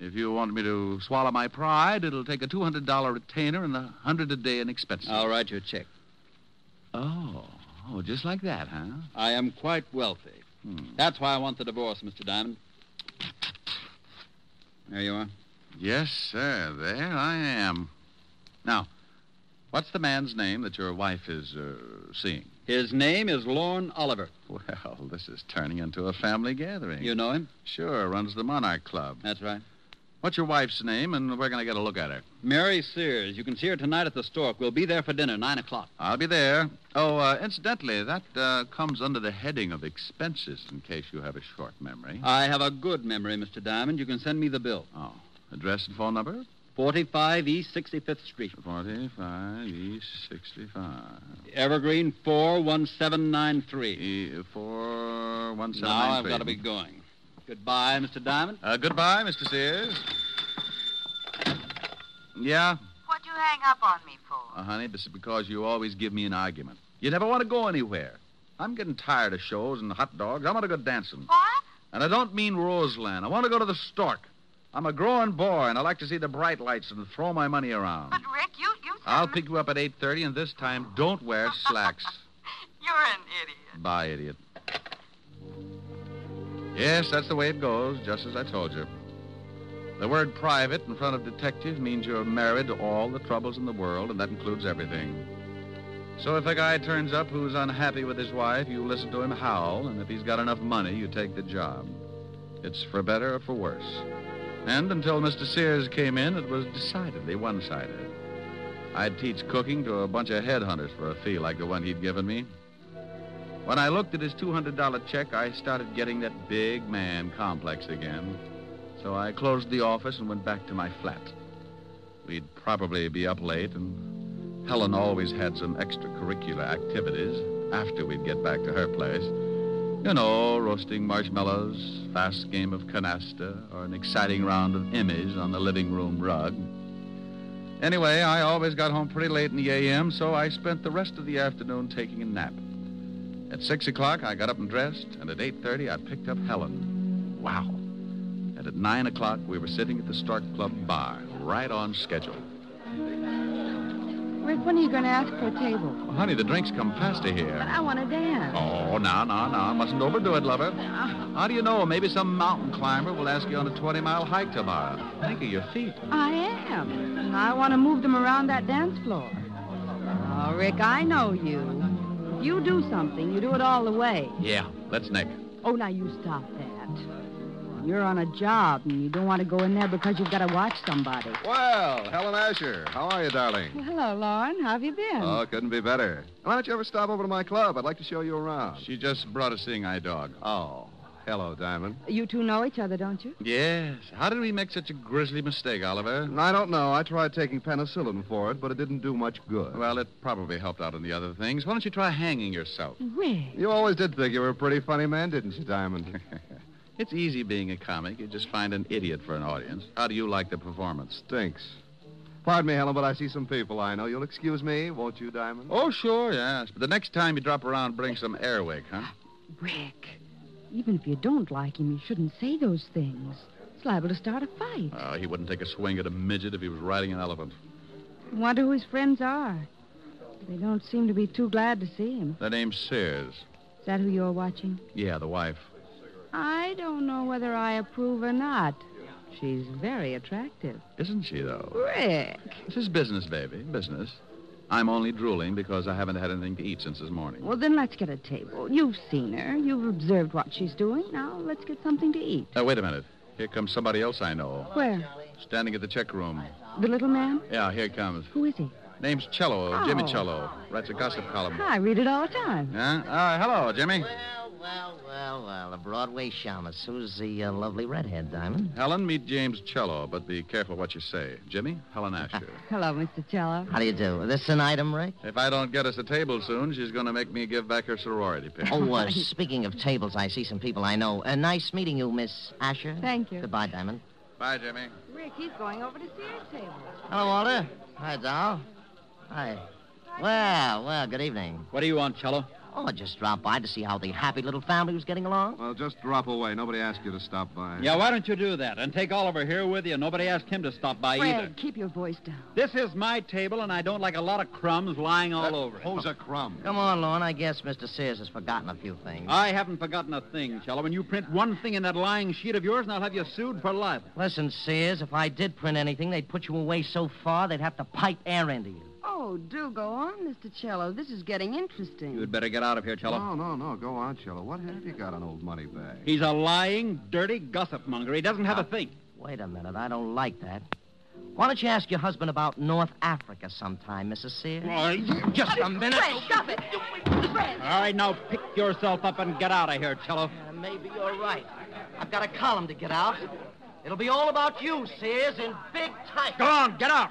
S2: If you want me to swallow my pride, it'll take a $200 retainer and a 100 a day in expenses.
S17: I'll write you a check.
S2: Oh, oh, just like that, huh?
S17: I am quite wealthy.
S2: Hmm.
S17: That's why I want the divorce, Mr. Diamond. There you are.
S2: Yes, sir. There I am. Now, what's the man's name that your wife is uh, seeing?
S17: His name is Lorne Oliver.
S2: Well, [LAUGHS] this is turning into a family gathering.
S17: You know him?
S2: Sure, runs the Monarch Club.
S17: That's right.
S2: What's your wife's name, and we're going to get a look at her.
S17: Mary Sears. You can see her tonight at the Stork. We'll be there for dinner, 9 o'clock.
S2: I'll be there. Oh, uh, incidentally, that uh, comes under the heading of expenses, in case you have a short memory.
S17: I have a good memory, Mr. Diamond. You can send me the bill.
S2: Oh. Address and phone number?
S17: 45 East 65th Street.
S2: 45 East 65.
S17: Evergreen 41793.
S2: E- 41793.
S17: Now I've got to be going. Goodbye, Mr. Diamond.
S2: Uh, goodbye, Mr. Sears. Yeah,
S15: What'd you hang up on me for?
S2: uh, honey, this is because you always give me an argument. You never want to go anywhere. I'm getting tired of shows and hot dogs. I want to go dancing.
S15: What?
S2: And I don't mean Roseland. I want to go to the Stork. I'm a growing boy, and I like to see the bright lights and throw my money around.
S15: But Rick, you you
S2: I'll pick you up at 8.30, and this time, don't wear slacks.
S15: you're an idiot.
S2: Bye, idiot. Yes, that's the way it goes, just as I told you. The word private in front of detective means you're married to all the troubles in the world, and that includes everything. So if a guy turns up who's unhappy with his wife, you listen to him howl, and if he's got enough money, you take the job. It's for better or for worse. And until Mr. Sears came in, it was decidedly one sided. I'd teach cooking to a bunch of headhunters for a fee like the one he'd given me. When I looked at his $200 check, I started getting that big man complex again. So I closed the office and went back to my flat. We'd probably be up late, and Helen always had some extracurricular activities after we'd get back to her place. You know, roasting marshmallows, fast game of canasta, or an exciting round of Emmys on the living room rug. Anyway, I always got home pretty late in the AM, so I spent the rest of the afternoon taking a nap. At six o'clock, I got up and dressed, and at eight thirty, I picked up Helen. Wow! And at nine o'clock, we were sitting at the Stark Club bar, right on schedule.
S3: Rick, when are you going to ask for a table?
S2: Honey, the drinks come faster
S3: But
S2: here.
S3: I want to dance.
S2: Oh, now, now, now. Mustn't overdo it, lover. How do you know? Maybe some mountain climber will ask you on a 20 mile hike tomorrow. Think of your feet.
S3: I am. I want to move them around that dance floor. Oh, Rick, I know you. If you do something, you do it all the way.
S2: Yeah, let's neck.
S3: Oh, now you stop that. You're on a job and you don't want to go in there because you've got to watch somebody.
S2: Well, Helen Asher, how are you, darling?
S3: Well, hello, Lauren. How have you been?
S2: Oh, couldn't be better. Why don't you ever stop over to my club? I'd like to show you around. She just brought a seeing eye dog. Oh, hello, Diamond.
S3: You two know each other, don't you?
S2: Yes. How did we make such a grisly mistake, Oliver? I don't know. I tried taking penicillin for it, but it didn't do much good. Well, it probably helped out in the other things. Why don't you try hanging yourself?
S3: Rick.
S2: You always did think you were a pretty funny man, didn't you, Diamond? [LAUGHS] it's easy being a comic. You just find an idiot for an audience. How do you like the performance? Stinks. Pardon me, Helen, but I see some people I know. You'll excuse me, won't you, Diamond? Oh, sure, yes. But the next time you drop around, bring some Airwick, huh?
S3: Rick. Even if you don't like him, you shouldn't say those things. It's liable to start a fight.
S2: Uh, he wouldn't take a swing at a midget if he was riding an elephant.
S3: Wonder who his friends are. They don't seem to be too glad to see him.
S2: The name's Sears.
S3: Is that who you're watching?
S2: Yeah, the wife.
S3: I don't know whether I approve or not. She's very attractive.
S2: Isn't she, though?
S3: Rick.
S2: This is business, baby. Business. I'm only drooling because I haven't had anything to eat since this morning.
S3: Well, then let's get a table. You've seen her. You've observed what she's doing. Now let's get something to eat.
S2: Uh, wait a minute. Here comes somebody else I know.
S3: Where?
S2: Standing at the check room.
S3: The little man?
S2: Yeah, here he comes.
S3: Who is he?
S2: Name's Cello, Jimmy
S3: Oh.
S2: Cello. Writes a gossip column.
S3: I read it all the time.
S2: Huh? Uh, hello, Jimmy.
S20: Well, well, well, the Broadway shamus. Who's the uh, lovely redhead, Diamond?
S2: Helen, meet James Cello, but be careful what you say. Jimmy, Helen Asher.
S3: Hello, Mr. Cello.
S20: [LAUGHS] How do you do? This an item, Rick?
S2: if I don't get us a table soon, she's going to make me give back her sorority pin.
S20: Oh,
S17: [LAUGHS]
S20: uh, speaking of tables, I see some people I know. Uh, nice meeting you, Miss Asher.
S3: Thank you.
S20: Goodbye, Diamond.
S2: Bye, Jimmy.
S3: Rick, he's going over to Sears' table.
S20: Hello, Walter. Hi, Doll. Hi. Well, well, good evening.
S17: What do you want, Cello?
S20: Oh, I just dropped by to see how the happy little family was getting along.
S17: Well, just
S18: Drop away. Nobody asked you to stop by.
S17: Yeah, why don't you do that? And take Oliver here with you. Nobody asked him to stop by either.
S3: Fred, keep your voice down.
S17: This is my table, and I don't like a lot of crumbs lying
S18: Uh,
S17: all over it.
S20: who's
S17: a crumb?
S20: Come on, Lorne. I guess Mr. Sears has forgotten a few things.
S17: I haven't forgotten a thing, Cello. When you print one thing in that lying sheet of yours, and I'll have you sued for life.
S20: Listen, Sears, if I did print anything, they'd put you away so far they'd have to pipe air into you.
S3: Oh, do go on, Mr. Cello. This is getting interesting.
S17: You'd better get out of here, Cello.
S18: No, no, no. Go on, Cello. What have you got an old money bag?
S17: He's a lying, dirty gossip monger. He doesn't have a thing.
S20: Uh, Wait a minute. I don't like that. Why don't you ask your husband about North Africa sometime, Mrs. Sears?
S17: Why, you-
S20: Just a minute.
S3: Fred, stop it. Fred.
S17: All right, now pick yourself up and get out of here, Cello.
S20: Uh, Maybe you're right. I've got a column to get out. It'll be all about you, Sears, in big type.
S17: Go on, get out.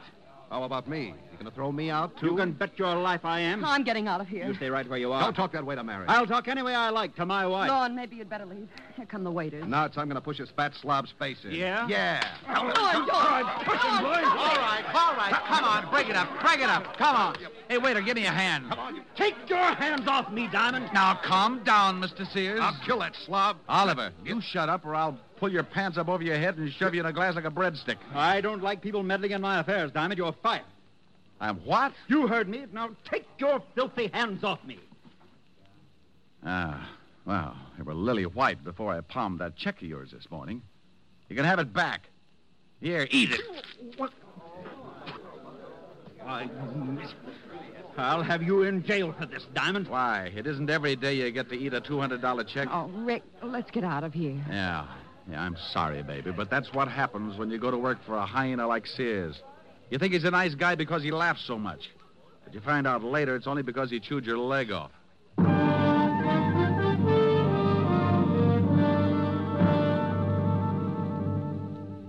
S18: How about me? You gonna throw me out, too?
S17: You can bet your life I am.
S3: I'm getting out of here.
S17: You stay right where you are.
S18: Don't talk that way to Mary.
S17: I'll talk any way I like to my wife.
S3: Lon, maybe you'd better leave. Here come the waiters.
S18: Now it's I'm gonna push his fat slob's face in.
S17: Yeah?
S18: Yeah.
S3: All right, push him, boys.
S17: All right, all right. Come on, break it up, break it up. Come on. Hey, waiter, give me a hand. Take your hands off me, Diamond. Now calm down, Mr. Sears. I'll kill that slob. Oliver, you shut up or I'll pull your pants up over your head and shove you in a glass like a breadstick. I don't like people meddling in my affairs, Diamond. You're fired. I'm what? You heard me. Now take your filthy hands off me. Ah, well, they were lily white before I palmed that check of yours this morning. You can have it back. Here, eat it. I miss- I'll have you in jail for this, Diamond. Why? It isn't every day you get to eat a $200 check.
S3: Oh, Rick, let's get out of here.
S2: Yeah. Yeah, I'm sorry, baby, but that's what happens when you go to work for a hyena like Sears. You think he's a nice guy because he laughs so much. But you find out later it's only because he chewed your leg off.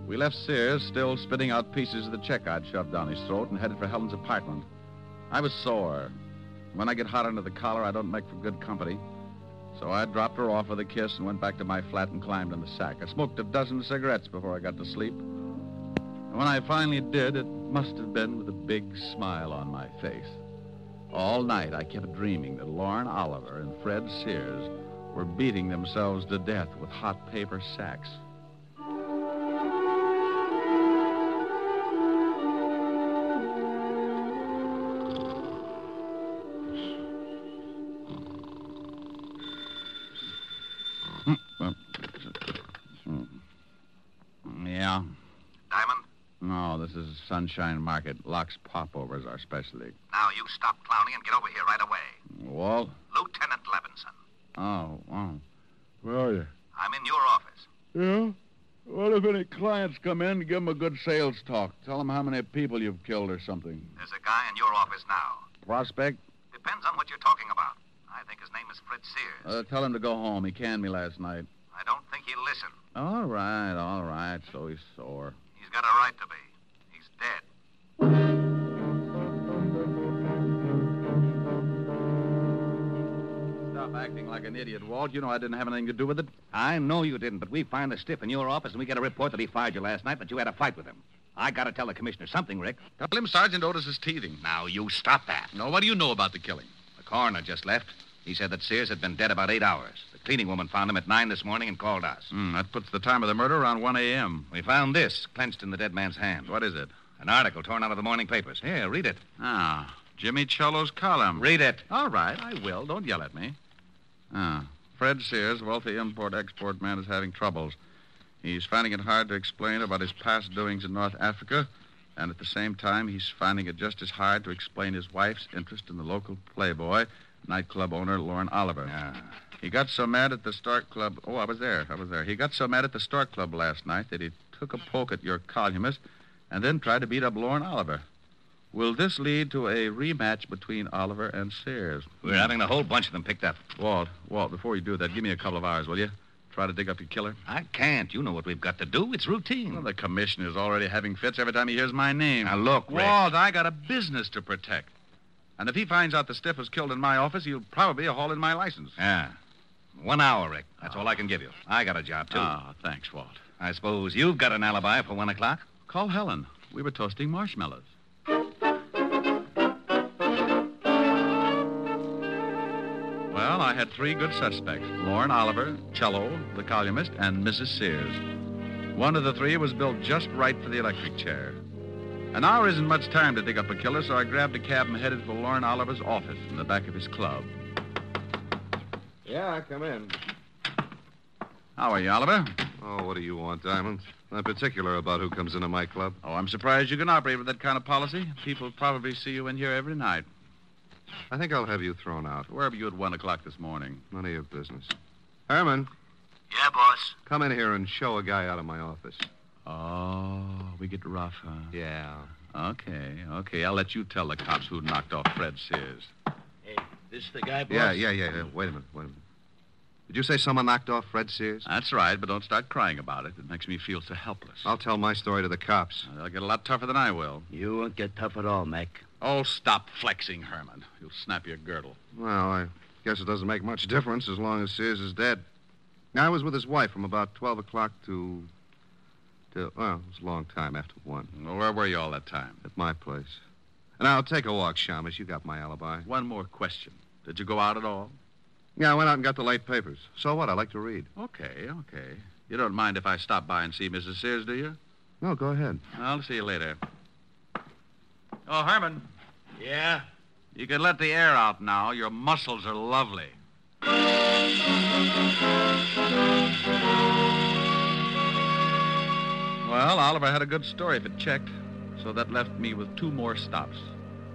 S2: We left Sears still spitting out pieces of the check I'd shoved down his throat and headed for Helen's apartment. I was sore. When I get hot under the collar, I don't make for good company. So I dropped her off with a kiss and went back to my flat and climbed in the sack. I smoked a dozen cigarettes before I got to sleep. And when I finally did, it must have been with a big smile on my face. All night I kept dreaming that Lauren Oliver and Fred Sears were beating themselves to death with hot paper sacks. Yeah?
S21: Diamond,
S2: No, this is Sunshine Market. Locks popovers are specialty.
S21: now you stop clowning and get over here right away.
S2: Walt?
S21: Lieutenant Levinson,
S2: Oh, oh. Where are you?
S21: I'm in your office.
S2: Yeah? Well, if any clients come in, give them a good sales talk. Tell them how many people you've killed or something.
S21: There's a guy in your office now.
S2: Prospect?
S21: Depends on what you're talking about. I think his name is Fritz Sears.
S2: Uh, tell him to go home. He canned me last night.
S21: I don't think he'll listen.
S2: All right, all right. So he's sore.
S21: He's got a right to be. He's dead.
S2: Stop acting like an idiot, Walt. You know I didn't have anything to do with it.
S9: I know you didn't, but we find the stiff in your office and we get a report that he fired you last night, but you had a fight with him. I gotta tell the commissioner something, Rick.
S22: Tell him Sergeant Otis is teething. Now, you stop that. No, what do you know about the killing?
S9: The coroner just left. He said that Sears had been dead about eight hours. The cleaning woman found him at nine this morning and called us.
S22: Hmm, that puts the time of the murder around 1 a.m.
S9: We found this clenched in the dead man's hand. What is it? An article torn out of the morning papers. Here, read it.
S22: Ah, Jimmy Cello's column.
S9: Read it.
S22: All right, I will. Don't yell at me.
S2: Ah. Fred Sears, wealthy import export man, is having troubles. He's finding it hard to explain about his past doings in North Africa, and at the same time, he's finding it just as hard to explain his wife's interest in the local playboy, nightclub owner Lauren Oliver. He got so mad at the Stark Club. Oh, I was there. I was there. He got so mad at the Stark Club last night that he took a poke at your columnist and then tried to beat up Lauren Oliver. Will this lead to a rematch between Oliver and Sears?
S9: We're having the whole bunch of them picked up.
S2: Walt, Walt, before you do that, give me a couple of hours, will you? Try to dig up your killer.
S9: I can't. You know what we've got to do. It's routine.
S2: Well, the commissioner's already having fits every time he hears my name.
S22: Now, look, Rick.
S2: Walt, I got a business to protect. And if he finds out the stiff was killed in my office, he'll probably haul in my license.
S9: Yeah. Ah. One hour, Rick. That's all I can give you. I got a job, too.
S2: Ah, thanks, Walt.
S9: I suppose you've got an alibi for one o'clock?
S2: Call Helen. We were toasting marshmallows. Well, I had three good suspects Lauren Oliver, Cello, the columnist, and Mrs. Sears. One of the three was built just right for the electric chair. An hour isn't much time to dig up a killer, so I grabbed a cab and headed for Lauren Oliver's office in the back of his club.
S18: Yeah, come in.
S2: How are you, Oliver?
S18: Oh, what do you want, Diamond? I'm particular about who comes into my club.
S2: Oh, I'm surprised you can operate with that kind of policy. People probably see you in here every night.
S18: I think I'll have you thrown out.
S2: Where were you at 1 o'clock this morning?
S18: None of your business. Herman.
S21: Yeah, boss.
S18: Come in here and show a guy out of my office.
S2: Oh, we get rough, huh?
S18: Yeah.
S2: Okay, okay. I'll let you tell the cops who knocked off Fred Sears.
S18: Hey, this the guy, Yeah, yeah, yeah, yeah. Wait a minute, wait a minute. Did you say someone knocked off Fred Sears?
S2: That's right, but don't start crying about it. It makes me feel so helpless. Uh,
S18: I'll tell my story to the cops.
S2: They'll get a lot tougher than I will.
S18: You won't get tough at all, Mac.
S2: Oh, stop flexing, Herman. You'll snap your girdle.
S18: Well, I guess it doesn't make much difference as long as Sears is dead. I was with his wife from about 12 o'clock to. to well, it was a long time after 1.
S2: Well, where were you all that time?
S18: At my place. Now, take a walk, Shamus. You got my alibi.
S2: One more question. Did you go out at all?
S18: Yeah, I went out and got the late papers. So what? I like to read.
S2: Okay, okay. You don't mind if I stop by and see Mrs. Sears, do you?
S18: No, go ahead.
S2: I'll see you later. Oh, Herman.
S18: Yeah?
S2: You can let the air out now. Your muscles are lovely. Well, Oliver had a good story if it checked, so that left me with two more stops.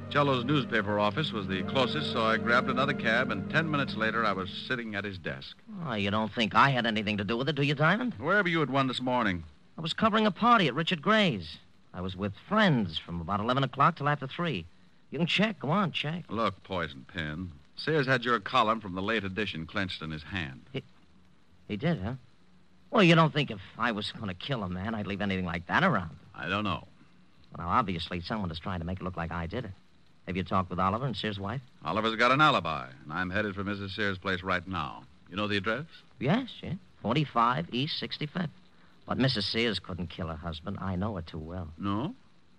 S2: Cello's newspaper office was the closest, so I grabbed another cab, and ten minutes later I was sitting at his desk.
S20: Oh, you don't think I had anything to do with it, do you, Diamond?
S2: Wherever you had one this morning?
S20: I was covering a party at Richard Gray's. I was with friends from about 11 o'clock till after 3. You can check. Go on, check.
S2: Look, Poison Pin. Sears had your column from the late edition clenched in his hand.
S20: He did, huh? Well, you don't think if I was going to kill a man, I'd leave anything like that around.
S2: I don't know.
S20: Well, now, obviously, someone is trying to make it look like I did it. Have you talked with Oliver and Sears' wife?
S2: Oliver's got an alibi, and I'm headed for Mrs. Sears' place right now. You know the address?
S20: Yes, yeah. 45 East 65th. But Mrs. Sears couldn't kill her husband. I know her too well.
S2: No?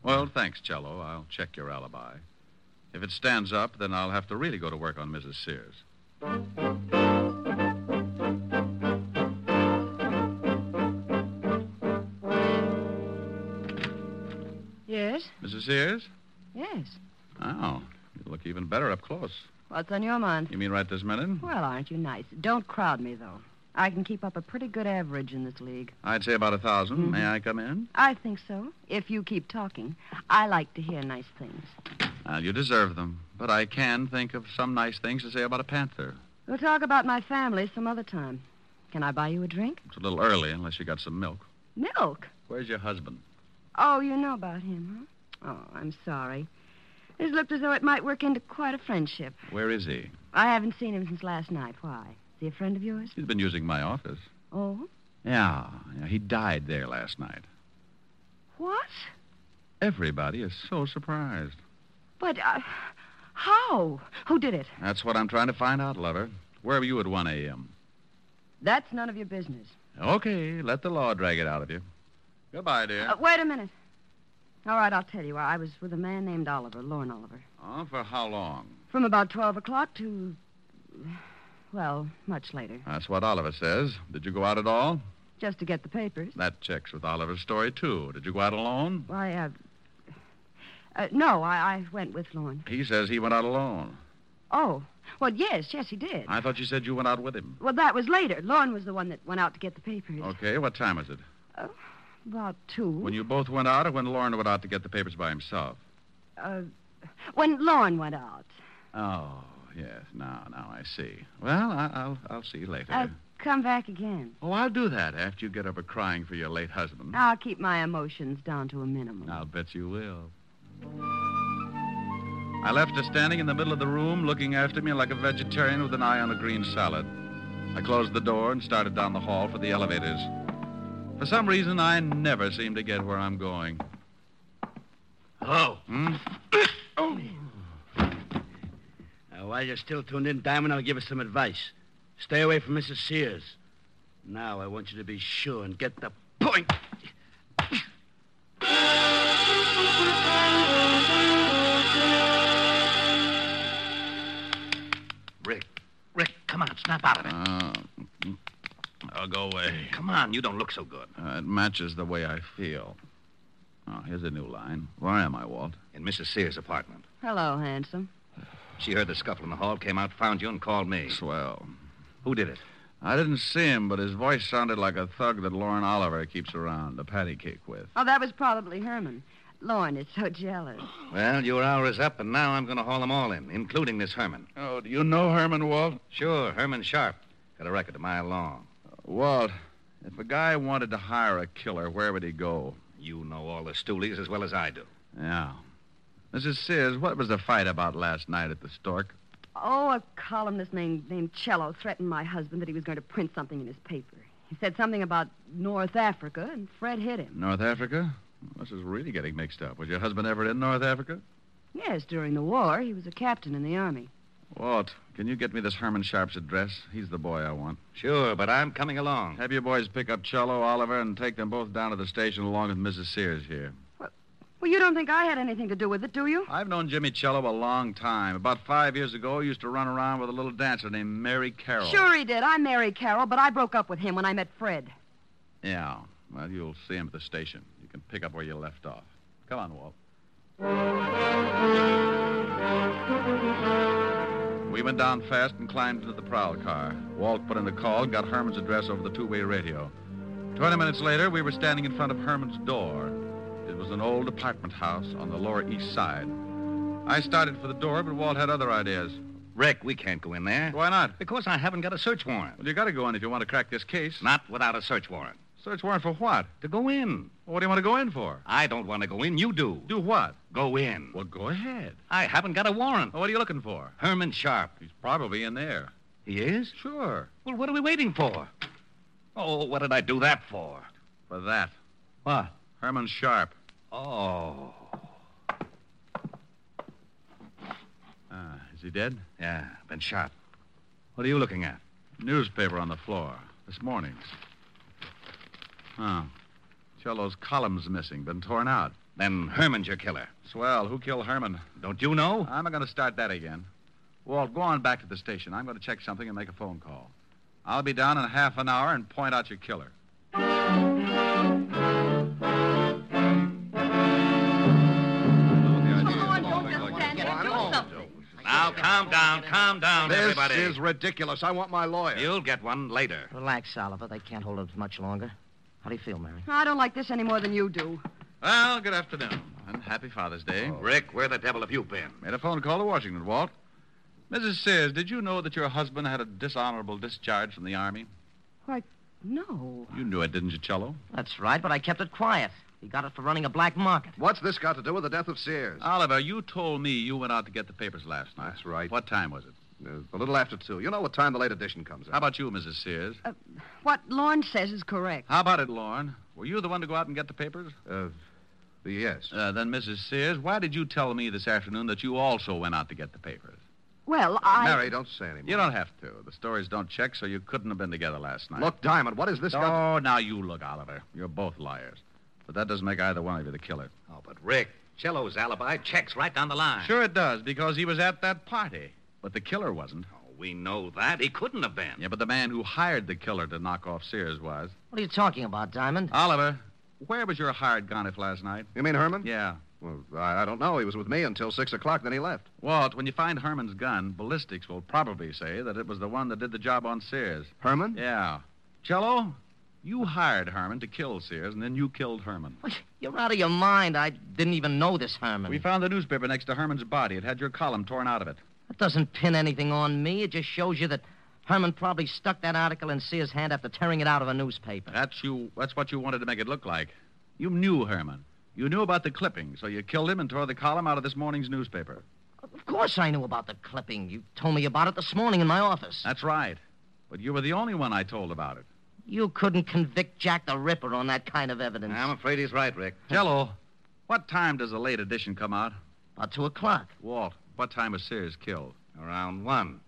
S2: Well, thanks, Cello. I'll check your alibi. If it stands up, then I'll have to really go to work on Mrs. Sears.
S16: Yes?
S2: Mrs. Sears?
S16: Yes.
S2: Oh, you look even better up close.
S16: What's on your mind?
S2: You mean right this minute?
S16: Well, aren't you nice? Don't crowd me, though. I can keep up a pretty good average in this league.
S2: I'd say about a 1000
S16: Mhm.
S2: May I come in?
S16: I think so, if you keep talking. I like to hear nice things.
S2: Well, you deserve them. But I can think of some nice things to say about a panther.
S16: We'll talk about my family some other time. Can I buy you a drink?
S2: It's a little early unless you got some milk.
S16: Milk?
S2: Where's your husband?
S16: Oh, you know about him, huh? Oh, I'm sorry. This looked as though it might work into quite a friendship.
S2: Where is he?
S16: I haven't seen him since last night. Why? Is he a friend of yours?
S2: He's been using my office.
S16: Oh?
S2: Yeah, yeah, he died there last night.
S16: What?
S2: Everybody is so surprised.
S16: But, uh, how? Who did it?
S2: That's what I'm trying to find out, lover. Where were you at 1 a.m.?
S16: That's none of your business.
S2: Okay, let the law drag it out of you. Goodbye, dear.
S16: Uh, wait a minute. All right, I'll tell you. I was with a man named Oliver, Lorne Oliver,
S2: Oh, for how long?
S16: from about 12 o'clock to, well, much later,
S2: That's what Oliver says. Did you go out at all?
S16: just to get the papers.
S2: That checks with Oliver's story, too. Did you go out alone?
S16: Why, uh, uh, no, I, I went with Lorne.
S2: He says he went out alone.
S16: Oh, well, yes, yes, he did.
S2: I thought you said you went out with him.
S16: Well, that was later. Lorne was the one that went out to get the papers.
S2: Okay, what time was it?
S16: About two.
S2: When you both went out or when Lauren went out to get the papers by himself?
S16: Uh, when Lorne went out.
S2: Oh, yes. Now, now I see. Well, I, I'll, I'll see you later.
S16: Uh, come back again.
S2: Oh, I'll do that after you get over crying for your late husband.
S16: I'll keep my emotions down to a minimum.
S2: I'll bet you will. I left her standing in the middle of the room, looking after me like a vegetarian with an eye on a green salad. I closed the door and started down the hall for the elevators. For some reason, I never seem to get where I'm going.
S12: Hello.
S2: Hmm?
S12: Oh. Now, while you're still tuned in, Diamond, I'll give you some advice. Stay away from Mrs. Sears. Now, I want you to be sure and get the point.
S9: Rick, Rick, come on, snap out of it.
S2: Oh,
S9: Oh,
S2: I'll go away.
S9: Come on, you don't look so good.
S2: Uh, it matches the way I feel. Oh, here's a new line. Where am I, Walt?
S9: In Mrs. Sears' apartment.
S16: Hello, handsome.
S9: She heard the scuffle in the hall, came out, found you, and called me.
S2: Swell.
S9: Who did it?
S2: I didn't see him, but his voice sounded like a thug that Lauren Oliver keeps around, a patty cake with.
S16: Oh, that was probably Herman. Lorne is so jealous.
S9: Well, your hour is up, and now I'm going to haul them all in, including this Herman.
S2: Oh, do you know Herman, Walt?
S9: Sure, Herman Sharp. Got a record a mile long.
S2: Walt, if a guy wanted to hire a killer, where would he go?
S9: You know all the stoolies as well as I do.
S2: Yeah. Mrs. Sears, what was the fight about last night at the Stork?
S16: Oh, a columnist named, named Cello threatened my husband that he was going to print something in his paper. He said something about North Africa, and Fred hit him.
S2: North Africa? This is really getting mixed up. Was your husband ever in North Africa?
S16: Yes, during the war, he was a captain in the army.
S2: Walt, can you get me this Herman Sharp's address? He's the boy I want.
S9: Sure, but I'm coming along.
S2: Have your boys pick up Cello, Oliver, and take them both down to the station along with Mrs. Sears here.
S16: Well, you don't think I had anything to do with it, do you?
S2: I've known Jimmy Cello a long time. About five years ago, he used to run around with a little dancer named Mary Carroll.
S16: Sure he did. I married Carol, but I broke up with him when I met Fred.
S2: Yeah. Well, you'll see him at the station. You can pick up where you left off. Come on, Walt. We went down fast and climbed into the prowl car. Walt put in a call and got Herman's address over the two way radio. Twenty minutes later, we were standing in front of Herman's door. It was an old apartment house on the Lower East Side. I started for the door, but Walt had other ideas.
S9: Rick, we can't go in there.
S2: Why not?
S9: Because I haven't got a search warrant.
S2: Well, you got to go in if you want to crack this case.
S9: Not without a search warrant.
S2: Search warrant for what?
S9: To go in.
S2: What do you want to go in for?
S9: I don't want to go in. You do.
S2: Do what?
S9: Go in.
S2: Well, go ahead.
S9: I haven't got a warrant.
S2: What are you looking for?
S9: Herman Sharp.
S2: He's probably in there.
S9: He is?
S2: Sure.
S9: Well, what are we waiting for? Oh, what did I do that for?
S2: For that.
S9: What?
S2: Herman Sharp.
S9: Oh.
S2: Ah, is he dead?
S9: Yeah, been shot. What are you looking at?
S2: Newspaper on the floor. This morning's. Huh. Cello's column's missing. Been torn out.
S9: Then Herman's your killer.
S2: Swell. Who killed Herman?
S9: Don't you know?
S2: I'm not going to start that again. Walt, go on back to the station. I'm going to check something and make a phone call. I'll be down in half an hour and point out your killer.
S18: Come on, don't just stand there. Do something.
S9: Now, calm
S6: down, calm down,
S23: This
S6: everybody.
S23: is ridiculous. I want my lawyer.
S6: You'll get one later.
S20: Relax, Oliver. They can't hold us much longer. How do you feel, Mary?
S16: I don't like this any more than you do.
S6: Well, good afternoon.
S18: And happy Father's
S2: Oh.
S18: Day.
S6: Rick, where the devil have you been?
S18: Made a phone call to Washington, Walt. Mrs. Sears, did you know that your husband had a dishonorable discharge from the Army?
S20: Why, no.
S18: You knew it, didn't you, Cello?
S20: Oh, That's right, but I kept it quiet. He got it for running a black market.
S18: What's this got to do with the death of Sears?
S2: Oliver, you told me you went out to get the papers last night.
S18: That's right.
S2: What time was it?
S18: a little after two. You know what time the late edition comes out.
S2: How about you, Mrs. Sears?
S16: What Lorne says is correct.
S2: How about it, Lorne? Were you the one to go out and get the papers?
S18: Uh, yes.
S2: Uh, then, Mrs. Sears, why did you tell me this afternoon that you also went out to get the papers?
S16: Well, I.
S18: don't say anything.
S2: You don't have to. The stories don't check, so you couldn't have been together last night.
S18: Look, Diamond, what is this?
S2: Oh,
S18: got-
S2: now you look, Oliver. You're both liars. But that doesn't make either one of you the killer.
S6: Oh, but Rick, Cello's alibi checks right down the line.
S2: Sure it does, because he was at that party. But the killer wasn't.
S6: Oh, We know that. He couldn't have been.
S2: Yeah, but the man who hired the killer to knock off Sears was.
S20: What are you talking about, Diamond?
S2: Oliver, where was your hired gonif last night?
S18: You mean Herman?
S2: Yeah.
S18: Well, I, I don't know. He was with me until six o'clock, then he left.
S2: Walt, when you find Herman's gun, ballistics will probably say that it was the one that did the job on Sears.
S18: Herman?
S2: Yeah. Cello, you hired Herman to kill Sears, and then you killed Herman.
S20: You're out of your mind. I didn't even know this Herman.
S2: We found the newspaper next to Herman's body. It had your column torn out of it.
S20: That doesn't pin anything on me. It just shows you that Herman probably stuck that article in Sears' hand after tearing it out of a newspaper.
S2: That's you. That's what you wanted to make it look like. You knew Herman. You knew about the clipping, so you killed him and tore the column out of this morning's newspaper.
S20: Of course I knew about the clipping. You told me about it this morning in my office.
S2: That's right. But you were the only one I told about it.
S20: You couldn't convict Jack the Ripper on that kind of evidence.
S2: I'm afraid he's right, Rick. Jello, what time does the late edition come out?
S20: About two o'clock.
S2: Walt, what time was Sears killed?
S6: Around one.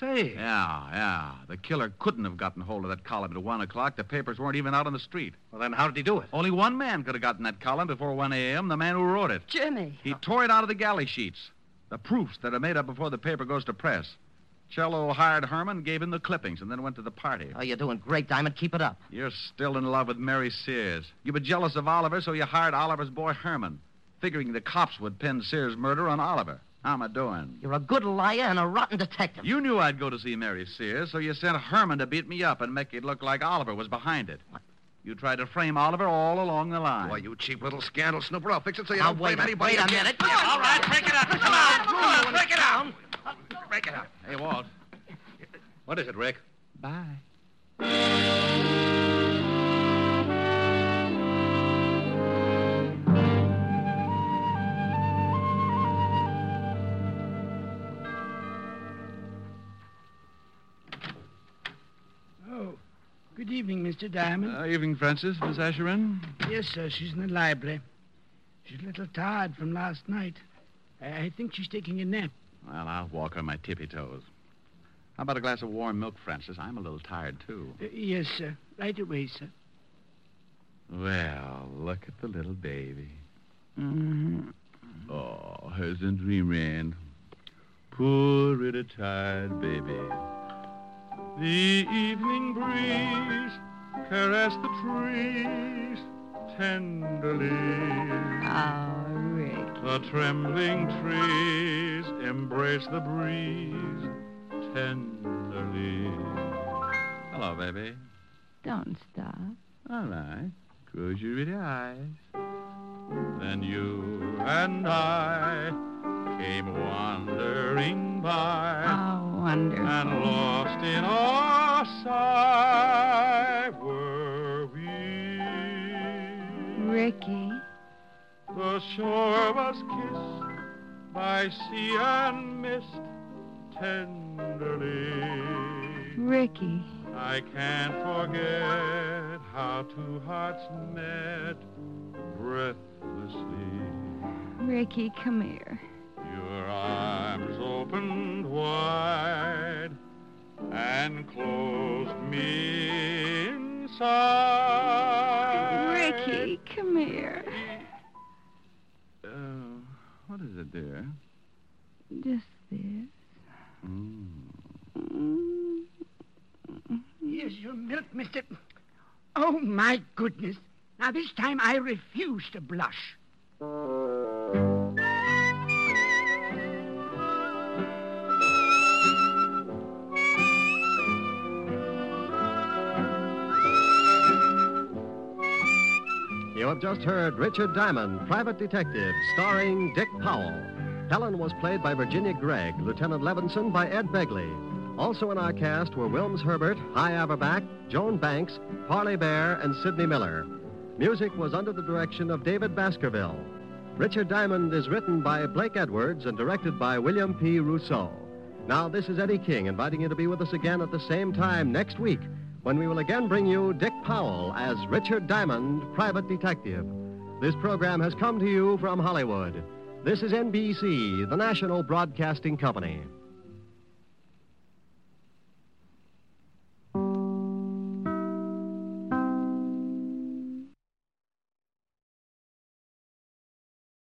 S2: Say. Yeah, yeah. The killer couldn't have gotten hold of that column at one o'clock. The papers weren't even out on the street.
S6: Well, then how did he do it?
S2: Only one man could have gotten that column before 1 a.m. The man who wrote it.
S16: Jimmy.
S2: He tore it out of the galley sheets. The proofs that are made up before the paper goes to press. Cello hired Herman, gave him the clippings, and then went to the party.
S20: Oh, you're doing great, Diamond. Keep it up.
S2: You're still in love with Mary Sears. You were jealous of Oliver, so you hired Oliver's boy Herman, figuring the cops would pin Sears' murder on Oliver. How am I doing?
S20: You're a good liar and a rotten detective.
S2: You knew I'd go to see Mary Sears, so you sent Herman to beat me up and make it look like Oliver was behind it. You tried to frame Oliver all along the line. Why,
S23: you cheap little scandal snooper. I'll fix it so
S2: you
S23: don't blame anybody again.
S6: all right, break it up. Come on, come on, break it down.
S23: Break it up.
S2: Hey, Walt.
S6: What is it, Rick?
S2: Bye.
S12: Oh, good evening, Mr. Diamond.
S14: Uh, evening, Francis. Miss Asherin?
S12: yes, sir, she's in the library. She's a little tired from last night. I, I think she's taking a nap.
S2: Well, I'll walk on my tippy toes. How about a glass of warm milk, Francis? I'm a little tired, too.
S23: Eh?
S12: Uh, yes, sir. Right away, sir.
S14: Well, look at the little baby.
S2: Oh, hasn't we, man? Poor little tired baby.
S14: The evening breeze caressed the trees tenderly.
S16: Oh, Rick.
S14: The trembling trees embrace the breeze tenderly.
S2: Hello, baby.
S16: Don't stop.
S2: All right.
S14: Close your little eyes. Then you and I came wandering by.
S16: How Ah, wonderful.
S14: And lost in our sigh were we.
S16: Ricky.
S14: The shore was kissed by sea and mist tenderly.
S16: Ricky.
S14: I can't forget how two hearts met breathlessly.
S16: Ricky, come here.
S14: Your arms opened wide and closed me inside.
S16: Ricky, come here.
S2: Uh, what is it, dear?
S16: Just this.
S12: Here's your milk, mister. Oh, my goodness. Now, this time I refuse to blush.
S15: You have just heard Richard Diamond, Private Detective, starring Dick Powell. Helen was played by Virginia Gregg, Lieutenant Levinson by Ed Begley. Also in our cast were Wilms Herbert, High Averback, Joan Banks, Parley Bear, and Sidney Miller. Music was under the direction of David Baskerville. Richard Diamond is written by Blake Edwards and directed by William P. Rousseau. Now, this is Eddie King inviting you to be with us again at the same time next week when we will again bring you Dick Powell as Richard Diamond, Private Detective. This program has come to you from Hollywood. This is NBC, the national broadcasting company.